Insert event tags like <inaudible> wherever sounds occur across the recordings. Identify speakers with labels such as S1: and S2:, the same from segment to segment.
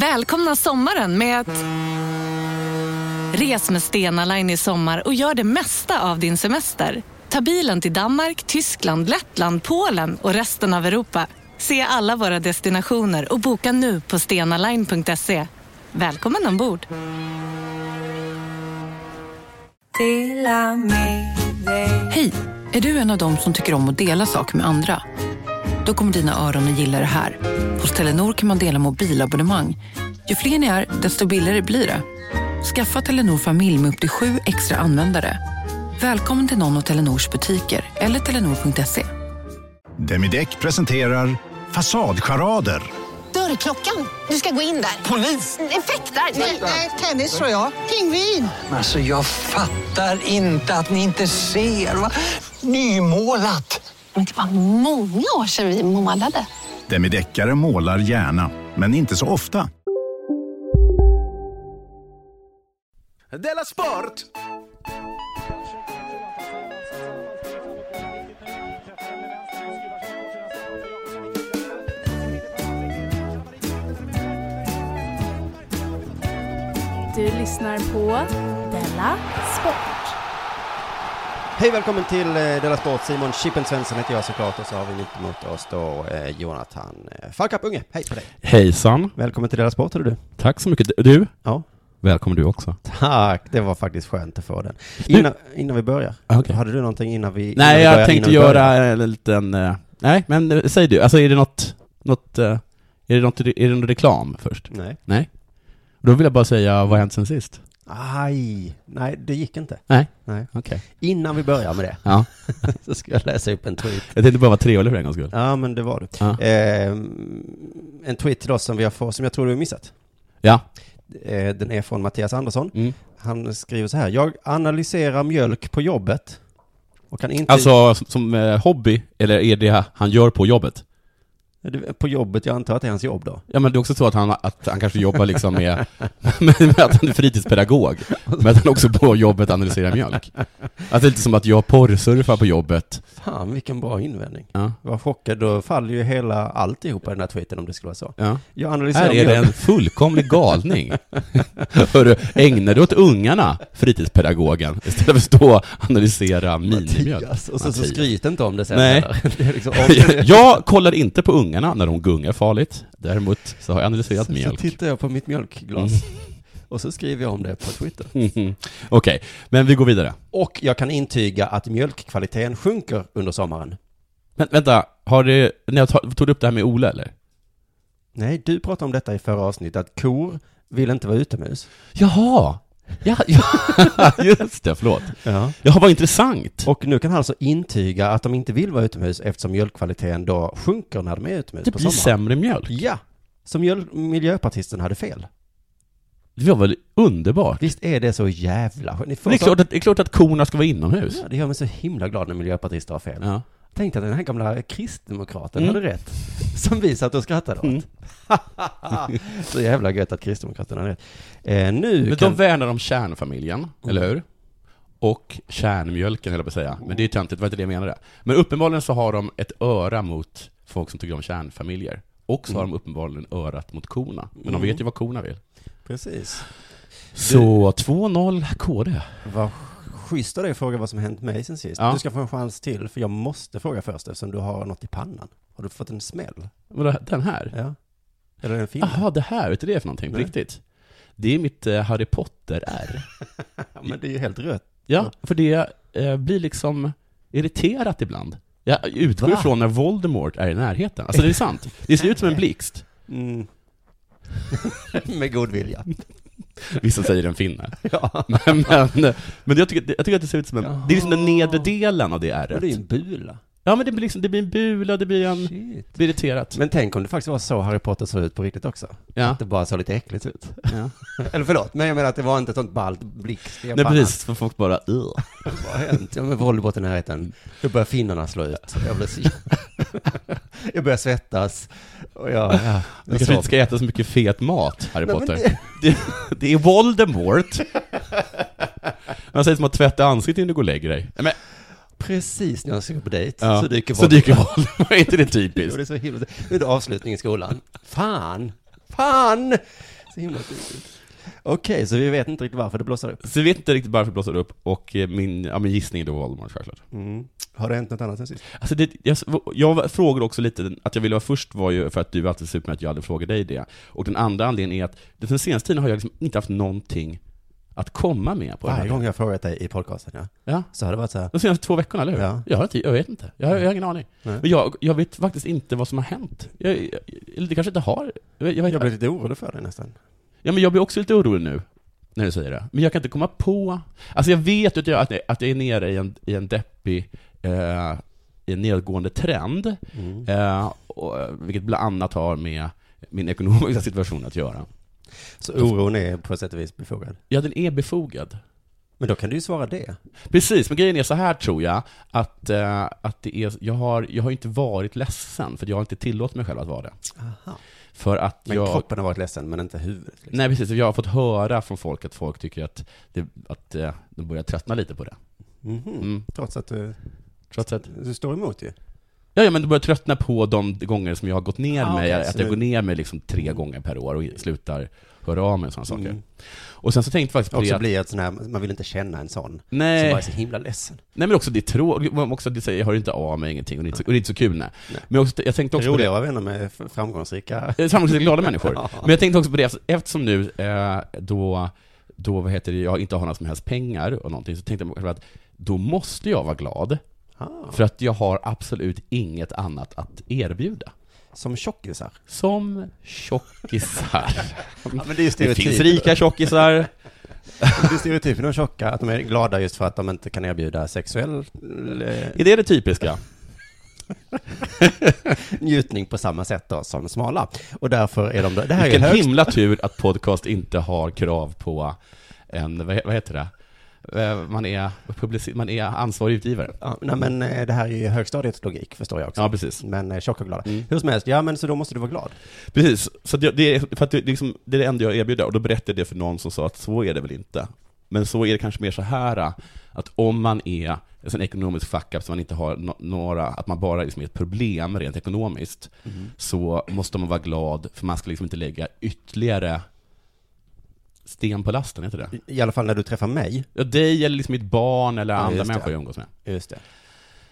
S1: Välkomna sommaren med att... Res med Stena Line i sommar och gör det mesta av din semester. Ta bilen till Danmark, Tyskland, Lettland, Polen och resten av Europa. Se alla våra destinationer och boka nu på stenaline.se. Välkommen ombord!
S2: Hej! Är du en av dem som tycker om att dela saker med andra? Då kommer dina öron att gilla det här. Hos Telenor kan man dela mobilabonnemang. Ju fler ni är, desto billigare blir det. Skaffa Telenor familj med upp till sju extra användare. Välkommen till någon av Telenors butiker eller telenor.se.
S3: Demideck presenterar Fasadcharader.
S4: Dörrklockan. Du ska gå in där. Polis? Effektar? Nej, tennis tror jag. Pingvin.
S5: Alltså jag fattar inte att ni inte ser. Va? Nymålat!
S4: Men det var många år sedan vi målade.
S3: Demideckare målar gärna, men inte så ofta.
S6: Della Sport!
S7: Du lyssnar på Della Sport.
S8: Hej välkommen till eh, Della Sport, Simon Chippen Svensson heter jag såklart och så har vi mitt emot oss då eh, Jonathan eh, Falkap Unge, hej på dig!
S9: Hejsan,
S8: Välkommen till Della Sport hörde du!
S9: tack så mycket. Du,
S8: Ja,
S9: välkommen du också.
S8: tack! Det var faktiskt skönt att få den. Innan, innan vi börjar,
S9: Ah, okej.
S8: hade du någonting innan vi innan
S9: Nej,
S8: vi börjar,
S9: jag tänkte
S8: innan vi börjar?
S9: göra en liten... eh, Nej, men eh, säg du. Alltså är det något... något eh, är, det något, är det någon reklam först?
S8: Nej.
S9: Nej. Då vill jag bara säga, vad har hänt sen sist?
S8: Aj! Nej, det gick inte.
S9: Nej.
S8: Nej.
S9: Okej.
S8: Innan vi börjar med
S9: <laughs>
S8: det,
S9: Ja.
S8: så ska jag läsa upp en tweet.
S9: Jag tänkte bara vara trevlig för en gångs skull.
S8: Ja, men det var du.
S9: Ja.
S8: Eh, en tweet till oss som vi har fått, som jag tror du har missat.
S9: Ja.
S8: Eh, den är från Mattias Andersson.
S9: Mm.
S8: Han skriver så här, jag analyserar mjölk på jobbet och kan inte...
S9: Alltså, som, som eh, hobby, eller är det han gör på jobbet?
S8: Du, På jobbet, jag antar att det är hans jobb då.
S9: Ja, men det är också så att han, att han kanske jobbar liksom med, <laughs> med, med att han är fritidspedagog, men att han också på jobbet analyserar mjölk. Att det är lite som att jag porrsurfar på jobbet.
S8: Fan, vilken bra invändning.
S9: Ja.
S8: Jag var chockad, då faller ju hela alltihopa i den här tweeten om det skulle vara så.
S9: Ja.
S8: Jag
S9: Här
S8: analyserar
S9: är det en
S8: mjölk.
S9: fullkomlig galning. Hörru, ägna dig åt ungarna, fritidspedagogen, istället för att stå och analysera minimjölk.
S8: Mattias, och så, så
S9: Mattias.
S8: skryt inte om det sen.
S9: Nej.
S8: heller. <laughs> Det är
S9: <laughs>
S8: liksom, om,
S9: Jag kollar inte på ungarna när de gungar farligt. Däremot så har jag analyserat
S8: så, så
S9: mjölk. Mm.
S8: tittar jag på mitt mjölkglas. <laughs> Och så skriver jag om det på Twitter.
S9: Mhm. <laughs> Okej, men vi går vidare.
S8: Och jag kan intyga att mjölkkvaliteten sjunker under sommaren.
S9: Men vänta, har du, när jag tog tog du upp det här med Ola eller?
S8: Nej, du pratade om detta i förra avsnittet, att kor vill inte vara utomhus.
S9: Jaha! Ja, ja. <laughs> just det, förlåt.
S8: Ja.
S9: Jaha, vad intressant.
S8: Och nu kan han alltså intyga att de inte vill vara utomhus eftersom mjölkkvaliteten då sjunker när de är utomhus
S9: det
S8: på
S9: blir
S8: sommaren.
S9: sämre mjölk.
S8: Ja, som mjöl- miljöpartisten hade fel.
S9: Det var väl underbart?
S8: Visst är det så jävla skönt? Ni får
S9: Men det, är
S8: så-
S9: klart att, det är klart att korna ska vara inomhus.
S8: Ja, det gör mig så himla glad när miljöpartister har fel.
S9: Ja.
S8: Tänk att den här gamla kristdemokraten
S9: Mm.
S8: hade rätt, som vi satt och skrattade åt.
S9: Mm.
S8: <laughs> så jävla gött att kristdemokraterna hade rätt. Eh, nu
S9: Men
S8: kan...
S9: de värnar om kärnfamiljen, eller hur? Och kärnmjölken, höll jag på att säga. Men det är ju töntigt, det var inte det jag menade. Men uppenbarligen så har de ett öra mot folk som tycker om kärnfamiljer. Och så har de uppenbarligen örat mot korna. Men de vet ju vad korna vill.
S8: Precis.
S9: Så 2-0 KD.
S8: Vad schysst av dig att fråga vad som hänt mig sen sist.
S9: Ja.
S8: Du ska få en chans till, för jag måste fråga först eftersom du har något i pannan. Har du fått en smäll?
S9: Vadå, Den här?
S8: Ja. Eller en film?
S9: Jaha, det här, vet du det är för någonting? På
S8: Nej.
S9: riktigt? Det är mitt eh, Harry Potter-R.
S8: Ja, men det är ju helt rött.
S9: Ja, för det eh, blir liksom irriterat ibland. Jag utgår
S8: Va?
S9: ifrån när Voldemort är i närheten. Alltså det är sant. Det ser ut som
S8: <laughs>
S9: en blixt.
S8: Mm. Med god vilja.
S9: Vissa säger en finne. <laughs> Men, men, men jag, tycker, jag tycker att det ser ut som en... Det är liksom den nedre delen av det
S8: Men det är ju
S9: ärret.
S8: en bula.
S9: Ja, men det blir, liksom, det blir en bula, det blir en... Det
S8: Shit.
S9: blir irriterat.
S8: Men tänk om det faktiskt var så Harry Potter såg ut på riktigt också.
S9: Ja.
S8: Att det bara såg lite äckligt ut.
S9: ja.
S8: <laughs> Eller förlåt, men jag menar att det var inte ett sånt ballt blixt i
S9: Nej,
S8: pannan.
S9: precis. För folk bara... "Ugh."
S8: Vad har hänt? Ja, men Voldemort i närheten. Då börjar finnarna slå ut. Jag blir så... <laughs> jag börjar svettas. Och jag, ja,
S9: Du
S8: jag
S9: kanske
S8: sov.
S9: inte ska äta så mycket fet mat, Harry
S8: Nej, men
S9: Potter. Alltså- <laughs> Det, det är Voldemort. Man säger som att tvätta ansiktet innan du går och lägger dig. Nej, Men,
S8: Precis när jag ska gå på dejt
S9: ja.
S8: så dyker <laughs>
S9: så
S8: Voldemort
S9: dyker Voldemort. Är inte det typiskt?
S8: Och det är så himla... Nu är det avslutning i skolan. Fan! fan! Så himla tydligt. Okej, så vi vet inte riktigt varför det blossar upp.
S9: Så vi vet inte riktigt varför det blossar upp, och eh, min, ja, min gissning är då Voldemort självklart.
S8: Mm. Har det hänt något annat sen sist?
S9: Alltså det, jag, jag frågade också lite, att jag ville vara först var ju för att du var alltid sur på mig att jag aldrig frågade dig det. Och den andra anledningen är att den senaste tiden har jag liksom inte haft någonting att komma med på den
S8: Varje
S9: här
S8: gång jag har frågat dig i podcasten, ja.
S9: Ja.
S8: Så har det varit så här.
S9: De senaste två veckorna, eller hur?
S8: Ja.
S9: Jag, har inte, jag vet inte. Jag har, jag har ingen aning.
S8: Nej.
S9: Men jag, jag vet faktiskt inte vad som har hänt. Jag, jag, eller det kanske inte har... Jag, vet,
S8: Jag blir lite orolig för dig nästan.
S9: ja, men jag blir också lite orolig nu, när du säger det. Men jag kan inte komma på... Alltså jag vet att jag, att jag, att jag är nere i en, i en deppig, eh, i en nedgående trend.
S8: Mm.
S9: Eh, och, vilket bland annat har med min ekonomiska <laughs> situation att göra.
S8: Så oron är på sätt och vis befogad.
S9: Ja, den är befogad.
S8: Men då kan du ju svara det.
S9: Precis, men grejen är så här tror jag, att, eh, att det är, jag, har, jag har inte varit ledsen, för jag har inte tillåtit mig själv att vara det.
S8: Aha.
S9: För att
S8: Men
S9: jag...
S8: kroppen har varit ledsen, men inte huvudet. Liksom.
S9: Nej precis, jag har fått höra från folk att folk tycker att, det, att eh, de börjar tröttna lite på det.
S8: Mhm.
S9: Mm.
S8: Trots att du,
S9: Trots att,
S8: du står emot ju.
S9: ja, ja, men de börjar tröttna på de gånger som jag har gått ner
S8: Ah,
S9: mig,
S8: okej,
S9: att
S8: så
S9: jag
S8: det-
S9: går ner mig liksom tre gånger per år och slutar höra av mig och sådana saker.
S8: Mm.
S9: Och sen så tänkte jag faktiskt på
S8: Och
S9: det
S8: så
S9: att-
S8: blir jag ett sån här, man vill inte känna en sån. Som
S9: Nej.
S8: bara är så himla ledsen.
S9: Nej men också det tror också att det säger, jag hör inte av mig ingenting, och det är inte, så- och det är inte så kul nej. Men också, jag tänkte
S8: Det
S9: också på det,
S8: roligare att vänner med f- framgångsrika...
S9: Eh,
S8: <laughs>
S9: Sammanfattningsvis glada människor.
S8: Ja.
S9: Men jag tänkte också på det, alltså, eftersom nu eh, då, då vad heter det, jag inte har några som helst pengar och någonting, så tänkte jag kanske att då måste jag vara glad,
S8: Ah,
S9: för att jag har absolut inget annat att erbjuda.
S8: som tjockisar.
S9: Som tjockisar.
S8: Ja, men <laughs> det är typ ju
S9: det finns
S8: stereotypen.
S9: rika tjockisar.
S8: Det är stereotypen om tjocka, att de är glada just för att de inte kan erbjuda sexuell eh,
S9: <laughs> Är det det typiska?
S8: njutning på samma sätt då som smala. Och därför är de... Det här är
S9: Vilken
S8: högst...
S9: himla tur att podcast inte har krav på en, vad he- vad heter det? Eh, Man är, publici- man är ansvarig utgivare.
S8: Ja, nej, men eh, det här är ju högstadiets logik, förstår jag också.
S9: Ja, precis.
S8: Men eh, tjocka och glada.
S9: Mm.
S8: Hur som helst, ja men så då måste du vara glad.
S9: Precis, så att jag, det, är, för att det, är liksom, det är det enda jag erbjuder, och då berättade jag det för någon som sa att så är det väl inte. Men så är det kanske mer så här, att om man är en sån ekonomisk fuck-up som man inte har no- några, att man bara liksom är ett problem rent ekonomiskt,
S8: Mm-hmm.
S9: så måste man vara glad, för man ska liksom inte lägga ytterligare sten på lasten, heter det?
S8: I, I alla fall när du träffar mig.
S9: Ja, dig eller liksom mitt barn eller andra
S8: just det.
S9: människor jag umgås med.
S8: Just det.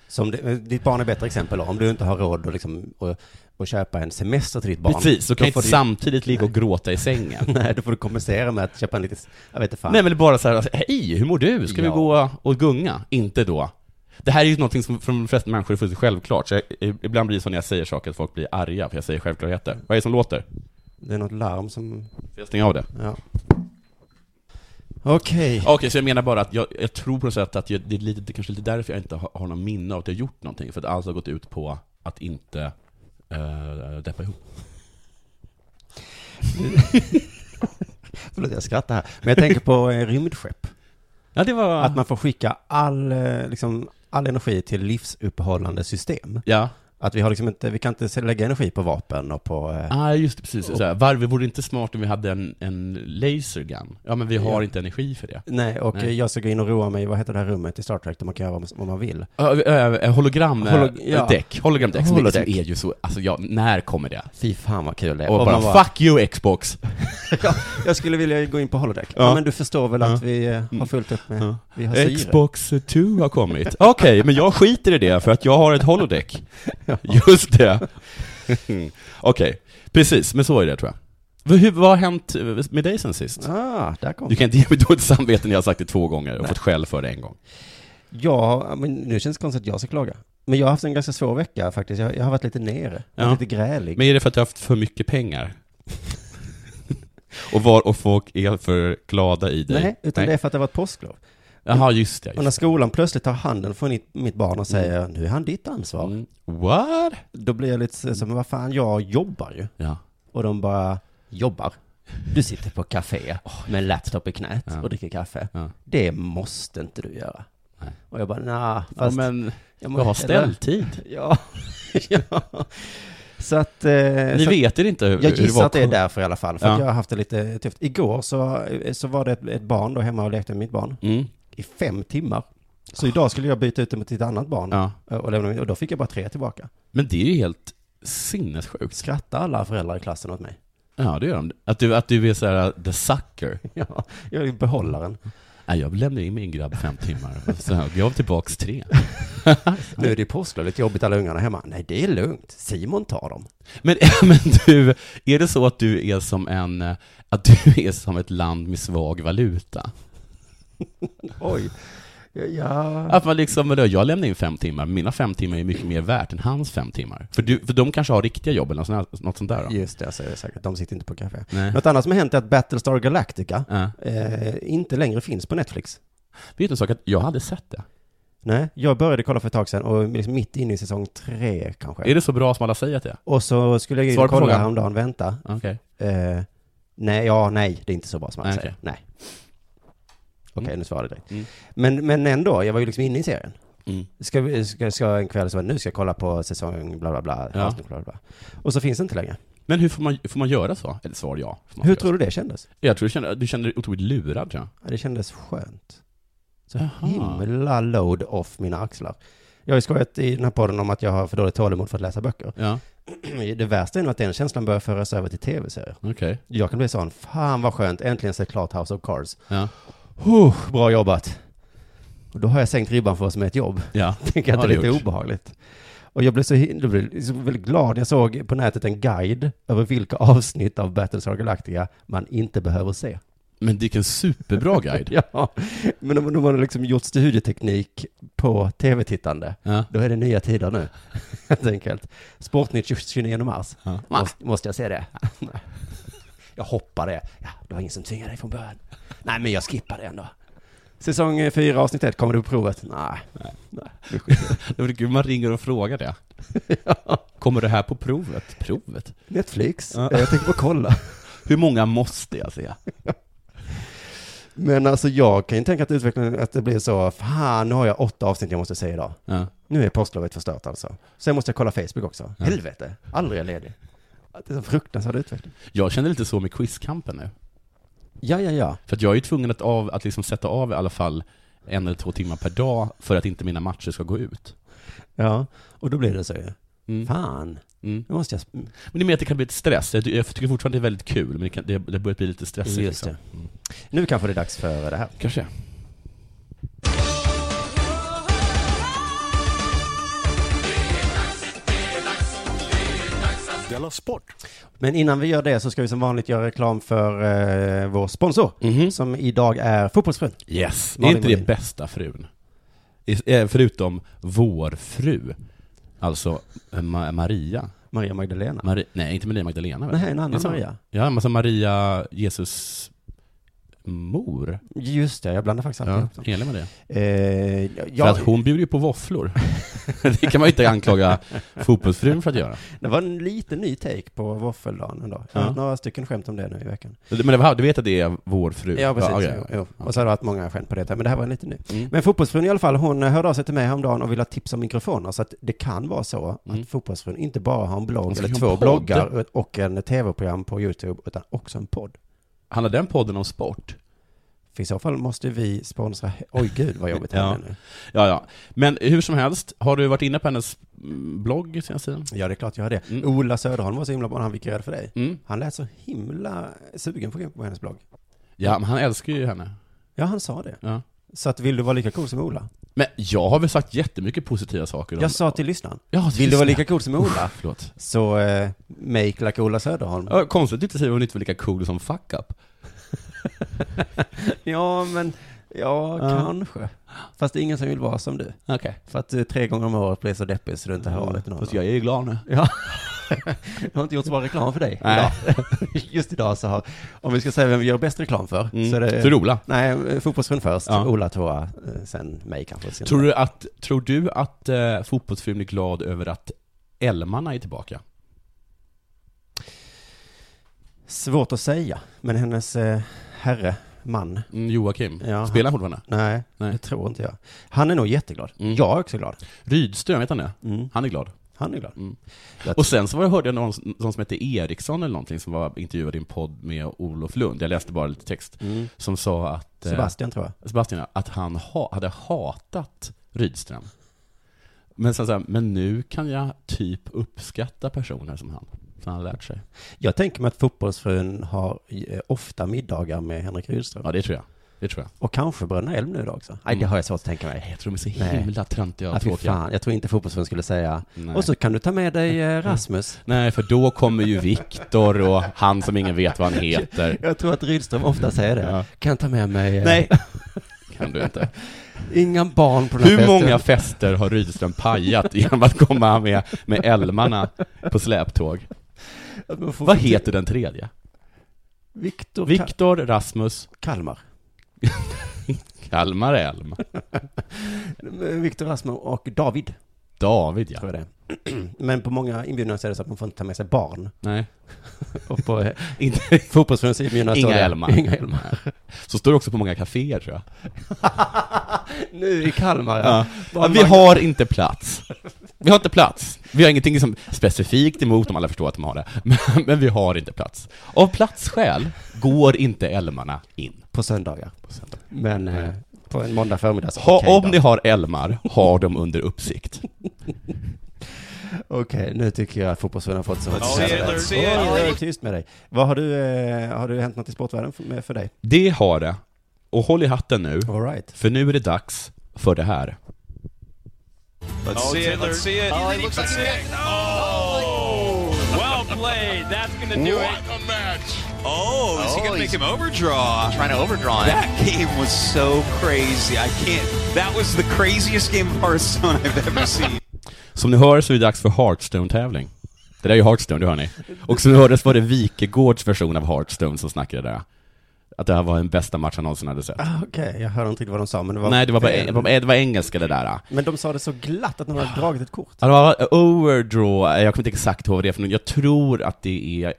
S8: Som det, eh, ditt barn är ett bättre exempel då. Om du inte har råd att liksom, och, och köpa en semester till ditt barn.
S9: Precis, så kan
S8: då
S9: jag inte
S8: får du, <laughs>
S9: samtidigt ligga och gråta i sängen.
S8: Nej, då får du kompensera med att köpa en liten, jag vet inte fan.
S9: Nej men bara så här, alltså, hej, hur mår du? Ska vi
S8: Ja.
S9: gå och gunga? Inte då. Det här är ju någonting som för de flesta människor är fullständigt självklart, så jag, ibland blir det så när jag säger saker att folk blir arga för jag säger självklarheter. Vad är det som låter?
S8: Det är något larm som,
S9: Får jag stänga av det?
S8: ja. Okej.
S9: Okej, så jag menar bara att jag, jag tror på något sätt att jag, det är lite, det är kanske lite därför jag inte har, har någon minne av att jag gjort någonting, för att allt har gått ut på att inte eh, deppa ihop.
S8: Förlåt, jag skrattar här. Men jag tänker på eh, rymdskepp.
S9: <laughs> Ja, det var...
S8: Att man får skicka all, eh, liksom, all energi till livsuppehållande system.
S9: Ja.
S8: Att vi har liksom inte, vi kan inte lägga energi på vapen och på... eh,
S9: Ah, just det, precis. Så här, varför vore det inte smart om vi hade en, en lasergun? Ja, men vi har
S8: Ja.
S9: inte energi för det.
S8: Nej, och
S9: Nej.
S8: eh, jag ska gå in och roa mig i, vad heter det här rummet i Star Trek, där man kan göra vad man- vad man vill.
S9: Ja, eh, eh, Hologram, eh,
S8: Holog- ja.
S9: däck. Hologramdäck, som, som
S8: Holodäck.
S9: är ju så, alltså ja, när kommer det?
S8: Fy fan vad kul det är.
S9: Och, bara,
S8: man bara,
S9: fuck you Xbox!
S8: <laughs> ja, jag skulle vilja gå in på holodeck. Ja. men du förstår väl att vi eh, har fullt upp med, vi har syre.
S9: Xbox 2 har kommit. Okej, men jag skiter i det för att jag har ett holodeck. Just det. Okej, precis, men så är det tror jag. Vad- Hur, vad har hänt eh, med dig sen sist?
S8: Ah, där kom
S9: Du kan inte ge mig dåligt samvete när jag har sagt det två gånger och fått skäll för det en gång.
S8: Ja, men nu känns det konstigt att jag ska klaga. Men jag har haft en ganska svår vecka faktiskt. Jag, jag har varit lite nere,
S9: Ja.
S8: varit lite grälig.
S9: Men är det för att jag har haft för mycket pengar? och, var, och folk är för glada i dig?
S8: Nej, utan det är för att det var ett påsklov.
S9: Jaha, just det.
S8: Och
S9: Just
S8: när skolan plötsligt tar handen från mitt- mitt barn och säger nu är han ditt ansvar.
S9: det. Mm. What?
S8: Då blir jag lite så- som, vad fan, jag jobbar ju.
S9: Ja.
S8: Och de bara, jobbar? Du sitter på café med en laptop i knät och dricker kaffe.
S9: Ja.
S8: Det måste inte du göra.
S9: Nej.
S8: Och jag bara, nah, fast...
S9: ja men,
S8: jag må-
S9: jag har
S8: eller-
S9: ställtid.
S8: <laughs> Ja. ja. Så att... Eh,
S9: Ni
S8: så
S9: vet er inte hur,
S8: jag
S9: hur det
S8: gissar
S9: var.
S8: att det är därför i alla fall, för att
S9: Ja.
S8: jag har haft det lite tufft. Igår så, eh, så var det ett, ett barn då hemma och lekte med mitt barn
S9: Mm.
S8: i fem timmar. Så idag skulle jag byta ut det mot ett annat barn
S9: Ah.
S8: Eh,
S9: Ja.
S8: och, lämna, och då fick jag bara tre tillbaka.
S9: Men det är ju helt sinnessjukt.
S8: Skrattade alla föräldrar i klassen åt mig? <laughs>
S9: Ja, det gör de. Att du, att du är så här, uh, the sucker.
S8: Ja, jag vill behålla den.
S9: Nej, jag lämnade in min grabb fem timmar, <laughs> och så här, gav tillbaks tre.
S8: Nu är det påsklov, lite jobbigt alla ungarna hemma. Nej, det är lugnt. Simon tar dem.
S9: Men, <laughs> men du, är det så att du är som en, eh, att du är som ett land med svag valuta?
S8: Oj. Ja.
S9: Att man liksom, vadå, jag lämnar in fem timmar, mina fem timmar är mycket mer värt än hans fem timmar. För, du, för de kanske har riktiga jobb eller något sånt där. Något sånt där då.
S8: Just det, så är det säkert. De sitter inte på café.
S9: Nej.
S8: Något annat som har hänt är att Battlestar Galactica
S9: Ja.
S8: eh, inte längre finns på Netflix.
S9: Vet du en sak? Att jag hade sett det.
S8: Nej, jag började kolla för ett tag sedan och liksom mitt inne i säsong tre kanske.
S9: Är det så bra som alla säger att det är?
S8: Och så skulle jag in
S9: Svar
S8: och
S9: på
S8: kolla
S9: frågan.
S8: häromdagen, vänta.
S9: Okej.
S8: Eh, nej, ja, nej, det är inte så bra som alla
S9: Nej,
S8: säger. Nej. Okej,
S9: Mm.
S8: nu svarade jag direkt.
S9: Mm.
S8: Men, men ändå, jag var ju liksom inne i serien.
S9: Mm.
S8: Ska, vi- ska, ska en kväll så nu ska jag kolla på säsong bla bla bla,
S9: Ja.
S8: avsnitt bla, bla, bla. Och så finns det inte längre.
S9: Men hur får man, får man göra så? Eller svar ja. Får man
S8: Hur
S9: göra
S8: tror du det kändes?
S9: så? Jag tror du kände, du kände dig otroligt lurad, tror jag.
S8: Ja, det kändes skönt. Så
S9: Jaha.
S8: himla load off mina axlar. Jag har ju skojat i den här podden om att jag har för dåligt tålamod för att läsa böcker. <clears throat>
S9: Ja,
S8: Det värsta är nog att den känslan börjar föras över till tv-serier.
S9: okej.
S8: Jag kan bli sån, fan vad skönt, äntligen sett klart House of Cards.
S9: Ja.
S8: Huh, bra jobbat. Och då har jag sänkt ribban för vad som är ett jobb.
S9: Ja.
S8: <laughs> Tänker att
S9: Har
S8: det är
S9: du
S8: lite
S9: gjort.
S8: obehagligt. Och jag blev så, hi- jag blev liksom väldigt glad när jag såg på nätet en guide över vilka avsnitt av Battlestar Galactica man inte behöver se.
S9: Men det är en superbra guide.
S8: <laughs> Ja, men de, de har liksom gjort studieteknik på tv-tittande.
S9: ja.
S8: Då är det nya tider nu, <laughs> helt enkelt. Sportnytt 29 mars.
S9: Ja.
S8: Måste, måste jag se det? <laughs> Nej. jag hoppar det. Ja, det var ingen som tvingade dig från början. Nej, men jag skippar det ändå. Säsong eh, fyra avsnitt ett kommer du på provet? Nej. Nej. vi skiter i
S9: Det var kul, man ringer och frågar det.
S8: det. <laughs> Ja.
S9: Kommer det här på provet? Provet?
S8: <laughs> Netflix.
S9: Ja.
S8: Eh, Jag tänker på kolla.
S9: Hur många måste
S8: <laughs>
S9: jag se?
S8: Men alltså jag kan ju tänka att utvecklingen, att det blir så, fan nu har jag åtta avsnitt jag måste se idag.
S9: Ja.
S8: Nu är påsklovet förstört alltså. Sen måste jag kolla Facebook också.
S9: Ja.
S8: Helvete, aldrig är jag ledig. Det är en fruktansvärd utveckling.
S9: Jag känner lite så med quizkampen nu.
S8: Ja, ja, ja.
S9: För att jag är ju tvungen att, av, att liksom sätta av i alla fall en eller två timmar per dag för att inte mina matcher ska gå ut.
S8: Ja, och då blir det så ju.
S9: Mm.
S8: Fan,
S9: Mm.
S8: nu måste jag... mm.
S9: Men det är mer att det kan bli lite stress. Jag, jag tycker fortfarande det är väldigt kul, men det, kan, det, det börjar bli lite stressigt. liksom.
S8: Just det. Mm. Nu kanske det är dags för det här.
S9: Kanske.
S6: Della Sport!
S8: Men innan vi gör det så ska vi som vanligt göra reklam för eh, vår sponsor.
S9: Mhm.
S8: Som idag är Fotbollsfrun.
S9: Yes.
S8: Malin
S9: är inte
S8: Molin.
S9: det bästa frun? I- eh, Förutom vår fru. Alltså eh, Ma- Maria.
S8: Maria Magdalena.
S9: Mari- Nej, inte Maria Magdalena. väl?
S8: Nej, en
S9: Det är
S8: annan
S9: så.
S8: Mm. Maria.
S9: Ja, men alltså Maria Jesus mor.
S8: Just det, jag blandar faktiskt alltid
S9: Ja,
S8: ihop dem.
S9: heliga Maria.
S8: Eh,
S9: För
S8: ja,
S9: att hon bjuder ju på våfflor. <laughs> det kan man ju inte anklaga fotbollsfrun för att göra.
S8: Det var en lite ny take på våffeldagen ändå. Jag har
S9: Ja.
S8: hört några stycken skämt om det nu i veckan.
S9: Men det var- du vet att det är vår fru?
S8: Ja, precis.
S9: okej.
S8: jo, jo. Och så har det varit många skämt på det, men det här var lite ny.
S9: Mm.
S8: Men fotbollsfrun i alla fall, hon eh, hörde av sig till mig häromdagen och ville ha tips om mikrofoner. Så att det kan vara så
S9: Mm.
S8: att fotbollsfrun inte bara har en blogg
S9: Hon ska
S8: eller
S9: göra
S8: två
S9: en podd.
S8: bloggar och en tv-program på YouTube, utan också en podd.
S9: Handlar den podden om sport?
S8: För i så fall måste vi sponsra... Oj gud vad jobbigt det här
S9: Ja.
S8: blev nu.
S9: Ja, ja. Men hur som helst, har du varit inne på hennes mm, blogg senaste tiden?
S8: Ja, det är klart jag har det.
S9: Mm.
S8: Ola Söderholm var så himla bra när han vikarierade för dig.
S9: Mm.
S8: Han lät så himla sugen på på hennes blogg.
S9: Ja, men han älskar ju henne.
S8: Ja, han sa det.
S9: Ja.
S8: Så att vill du vara lika cool som Ola?
S9: Men jag har väl sagt jättemycket positiva saker om...
S8: Jag sa till lyssnaren,
S9: ja,
S8: vill du vara lika
S9: cool
S8: cool som Ola?
S9: Förlåt.
S8: Så eh, make like Ola Söderholm.
S9: Ja, konstigt att du inte säger att hon inte var lika cool som fuck up.
S8: Ja, men ja,
S9: Ja.
S8: kanske. Fast det är ingen som vill vara som du.
S9: Okej.
S8: För att du tre gånger om året blir så deppig så du inte har hålet någon.
S9: Fast jag är ju glad nu.
S8: Ja. jag har inte gjort så bra reklam för dig.
S9: Nej.
S8: idag. <laughs> Just idag så har, om vi ska säga vem vi gör bäst reklam för,
S9: Mm.
S8: så är det...
S9: För Ola.
S8: Nej, eh, fotbollsfrun först,
S9: Ja.
S8: Ola tvåa, eh, sen mig kanske. senare.
S9: Tror du att, tror du att eh, fotbollsfrun är glad över att älmarna är tillbaka?
S8: Svårt att säga, men hennes eh, herre, man,
S9: Mm, Joakim,
S8: Ja.
S9: spelar han fortfarande?
S8: nej,
S9: Nej.
S8: det tror inte jag. Han är nog jätteglad.
S9: Mm.
S8: Jag är också glad.
S9: Rydström, vet han det?
S8: Mm.
S9: Han är glad.
S8: Han är glad.
S9: Mm.
S8: Jag-
S9: Och sen så var jag hörde jag någon, någon som hette Eriksson eller någonting som var intervjuad i en podd med Olof Lund, jag läste bara lite text,
S8: Mm.
S9: som sa att eh,
S8: Sebastian tror jag.
S9: Sebastian ja, att han ha, hade hatat Rydström. Men sen så här, men nu kan jag typ uppskatta personer som han. utan han hade lärt sig.
S8: Jag tänker mig att fotbollsfrun har eh, ofta middagar med Henrik Rydström.
S9: Ja, det tror jag. Det tror jag.
S8: Och kanske Bröderna Elm nu då också. Nej, det
S9: Mm.
S8: har jag svårt att tänka mig.
S9: Jag tror de är så
S8: Nej.
S9: himla töntiga
S8: Ja,
S9: och
S8: fy
S9: tråkiga.
S8: fan, jag tror inte fotbollsfrun skulle säga.
S9: Nej.
S8: Och så kan du ta med dig eh, Rasmus.
S9: Nej, för då kommer ju Viktor och han som ingen vet vad han heter.
S8: <laughs> Jag tror att Rydström ofta säger det.
S9: Ja.
S8: Kan jag ta med mig? eh,
S9: Nej, kan du inte.
S8: Inga barn på den här
S9: Hur
S8: festen.
S9: många fester har Rydström pajat genom att komma med, med älmarna på släptåg? Vad heter den tredje?
S8: Viktor Ka-
S9: Viktor Rasmus
S8: Kalmar.
S9: Kalmar Elm.
S8: <laughs> Viktor Rasmus och David,
S9: David, ja.
S8: tror jag det är. <clears throat> Men på många inbjudningar så är det så att man får inte ta med sig barn.
S9: Nej.
S8: Och på
S9: <laughs>
S8: eh, inte- fotbollsförbundets inbjudningar
S9: Inga
S8: står det- <laughs>
S9: Elmar.
S8: Inga Elmar.
S9: Så står det också på många kaféer, tror jag.
S8: nu i Kalmar,
S9: Ja.
S8: ja.
S9: Ja, vi har inte plats. Vi har inte plats. Vi har ingenting som specifikt emot om alla förstår att de har det. Men, men vi har inte plats. Av platsskäl går inte älmarna in.
S8: På söndagar. Men eh, på en måndag förmiddag så
S9: Ha,
S8: okej
S9: om
S8: då.
S9: ni har älmar, ha dem under uppsikt.
S8: Okej, nu tycker jag att fotbollsvärlden har fått så mycket. Tyst med dig. Vad har du, eh, har du hänt något i sportvärlden för, med- för dig?
S9: Det har det. Och håll i hatten nu,
S8: All right.
S9: för nu är det dags för det här. Som ni hör så är det dags för Hearthstone-tävling. Det där är ju Hearthstone, det hör ni. Och som ni hördes var det Wikegårds version av Hearthstone som snackade där. Att det här var den bästa match han någonsin hade sett.
S8: Ah, Okej, jag hörde inte riktigt vad de sa, men det var...
S9: Nej, det var, bara, det var, det var engelska det där.
S8: Men de sa det så glatt att någon hade dragit ett kort.
S9: Ja, det var overdraw, jag kommer inte exakt ihåg vad det är för något. Jag tror att det är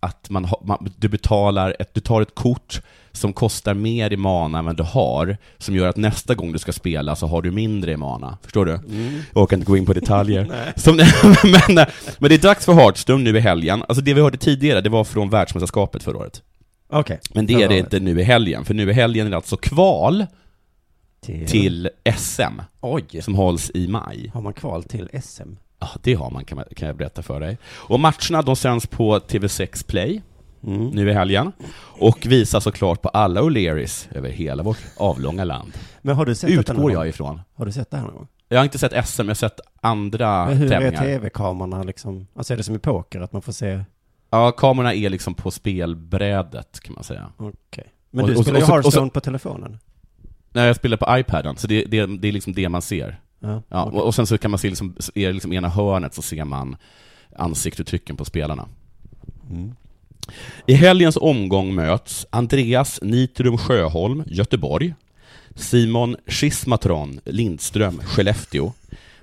S9: att man, ha- man, du betalar, ett, du tar ett kort som kostar mer i mana än vad du har, som gör att nästa gång du ska spela så har du mindre i mana. Förstår du? Jag orkar inte gå in på detaljer. som, <laughs> men, men det är dags för Hearthstone nu i helgen. Alltså det vi hörde tidigare, det var från världsmästerskapet förra året.
S8: Okej.
S9: Men Ah, det är det inte nu i helgen, för nu i helgen är det alltså kval
S8: Till...
S9: till SM,
S8: Oj!
S9: som hålls i maj.
S8: Har man kval till SM?
S9: Ja, det har man kan, man- kan jag berätta för dig. Och matcherna de sänds på TV6 Play
S8: Mm.
S9: nu i helgen och visas såklart på alla O'Learys över hela vårt avlånga land.
S8: Men har du sett detta någon
S9: Utgår
S8: gång?
S9: jag ifrån.
S8: Har du sett det här någon gång?
S9: Jag har inte sett SM, jag har sett andra
S8: Men hur är
S9: tävlingar.
S8: tv-kamerorna liksom? Alltså är det som i poker, att man får se...
S9: Ja, kamerorna är liksom på spelbrädet kan man säga.
S8: Okej. Men
S9: Och-
S8: du
S9: och så-
S8: spelar ju
S9: och så- och så-
S8: Hearthstone på telefonen?
S9: Nej, jag spelar på iPaden, så det, det, det är liksom det man ser.
S8: Ja.
S9: Ja,
S8: okej.
S9: och, och sen så kan man se, liksom, så är det liksom ena hörnet så ser man ansiktsuttrycken på spelarna. I helgens omgång möts Andreas Nitrum Sjöholm, Göteborg, Simon Schismatron Lindström, Skellefteå,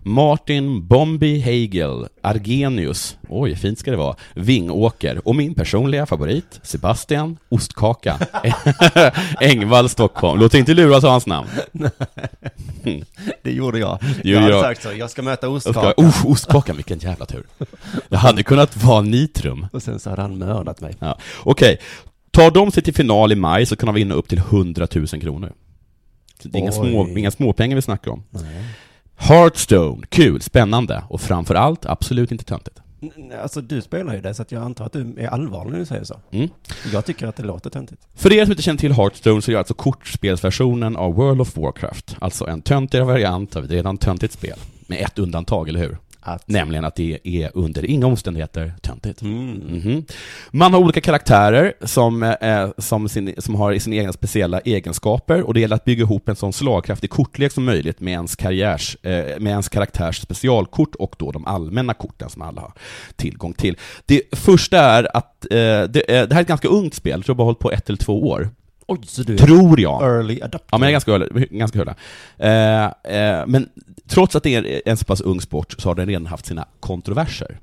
S9: Martin Bombi Hegel, Argenius, oj fint ska det vara, Vingåker och min personliga favorit Sebastian Ostkaka, <laughs> Engvall, Stockholm. Låt dig inte luras av
S8: <laughs>
S9: hans namn.
S8: Det gjorde jag.
S9: Jo,
S8: jag hade
S9: jag-
S8: sagt så, jag ska möta
S9: Ostkaka.
S8: ostkaka.
S9: Oh, ostkakan, vilken jävla tur. Det hade kunnat vara nitrum.
S8: Och sen så hade han mördat mig.
S9: Ja. Okej, tar de sig till final i maj så kan de vinna upp till 100 000 kronor. Så det är inga,
S8: Oj.
S9: små, inga småpengar vi snackar om. Hearthstone, kul, spännande och framför allt absolut inte töntigt.
S8: N- Alltså du spelar ju det, så att jag antar att du är allvarlig när du säger så.
S9: Mm.
S8: Jag tycker att det låter töntigt.
S9: För er som inte känner till Hearthstone så är det alltså kortspelsversionen av World of Warcraft, alltså en töntigare variant av ett redan töntigt spel. Med ett undantag, eller hur?
S8: Att?
S9: Nämligen att det är under inga omständigheter töntigt. Mhm. Man har olika karaktärer som, eh, som, sin, som har sina egna speciella egenskaper och det gäller att bygga ihop en sån slagkraftig kortlek som möjligt med ens, karriärs, eh, med ens karaktärs specialkort och då de allmänna korten som alla har tillgång till. Det första är att eh, det, eh, det här är ett ganska ungt spel, jag tror jag bara har hållit på ett eller två år.
S8: Oj, så du är
S9: Tror jag.
S8: early adopter.
S9: Ja, men jag är ganska höll. Ganska höll. Eh, eh, men trots att det är en så pass ung sport så har den redan haft sina kontroverser.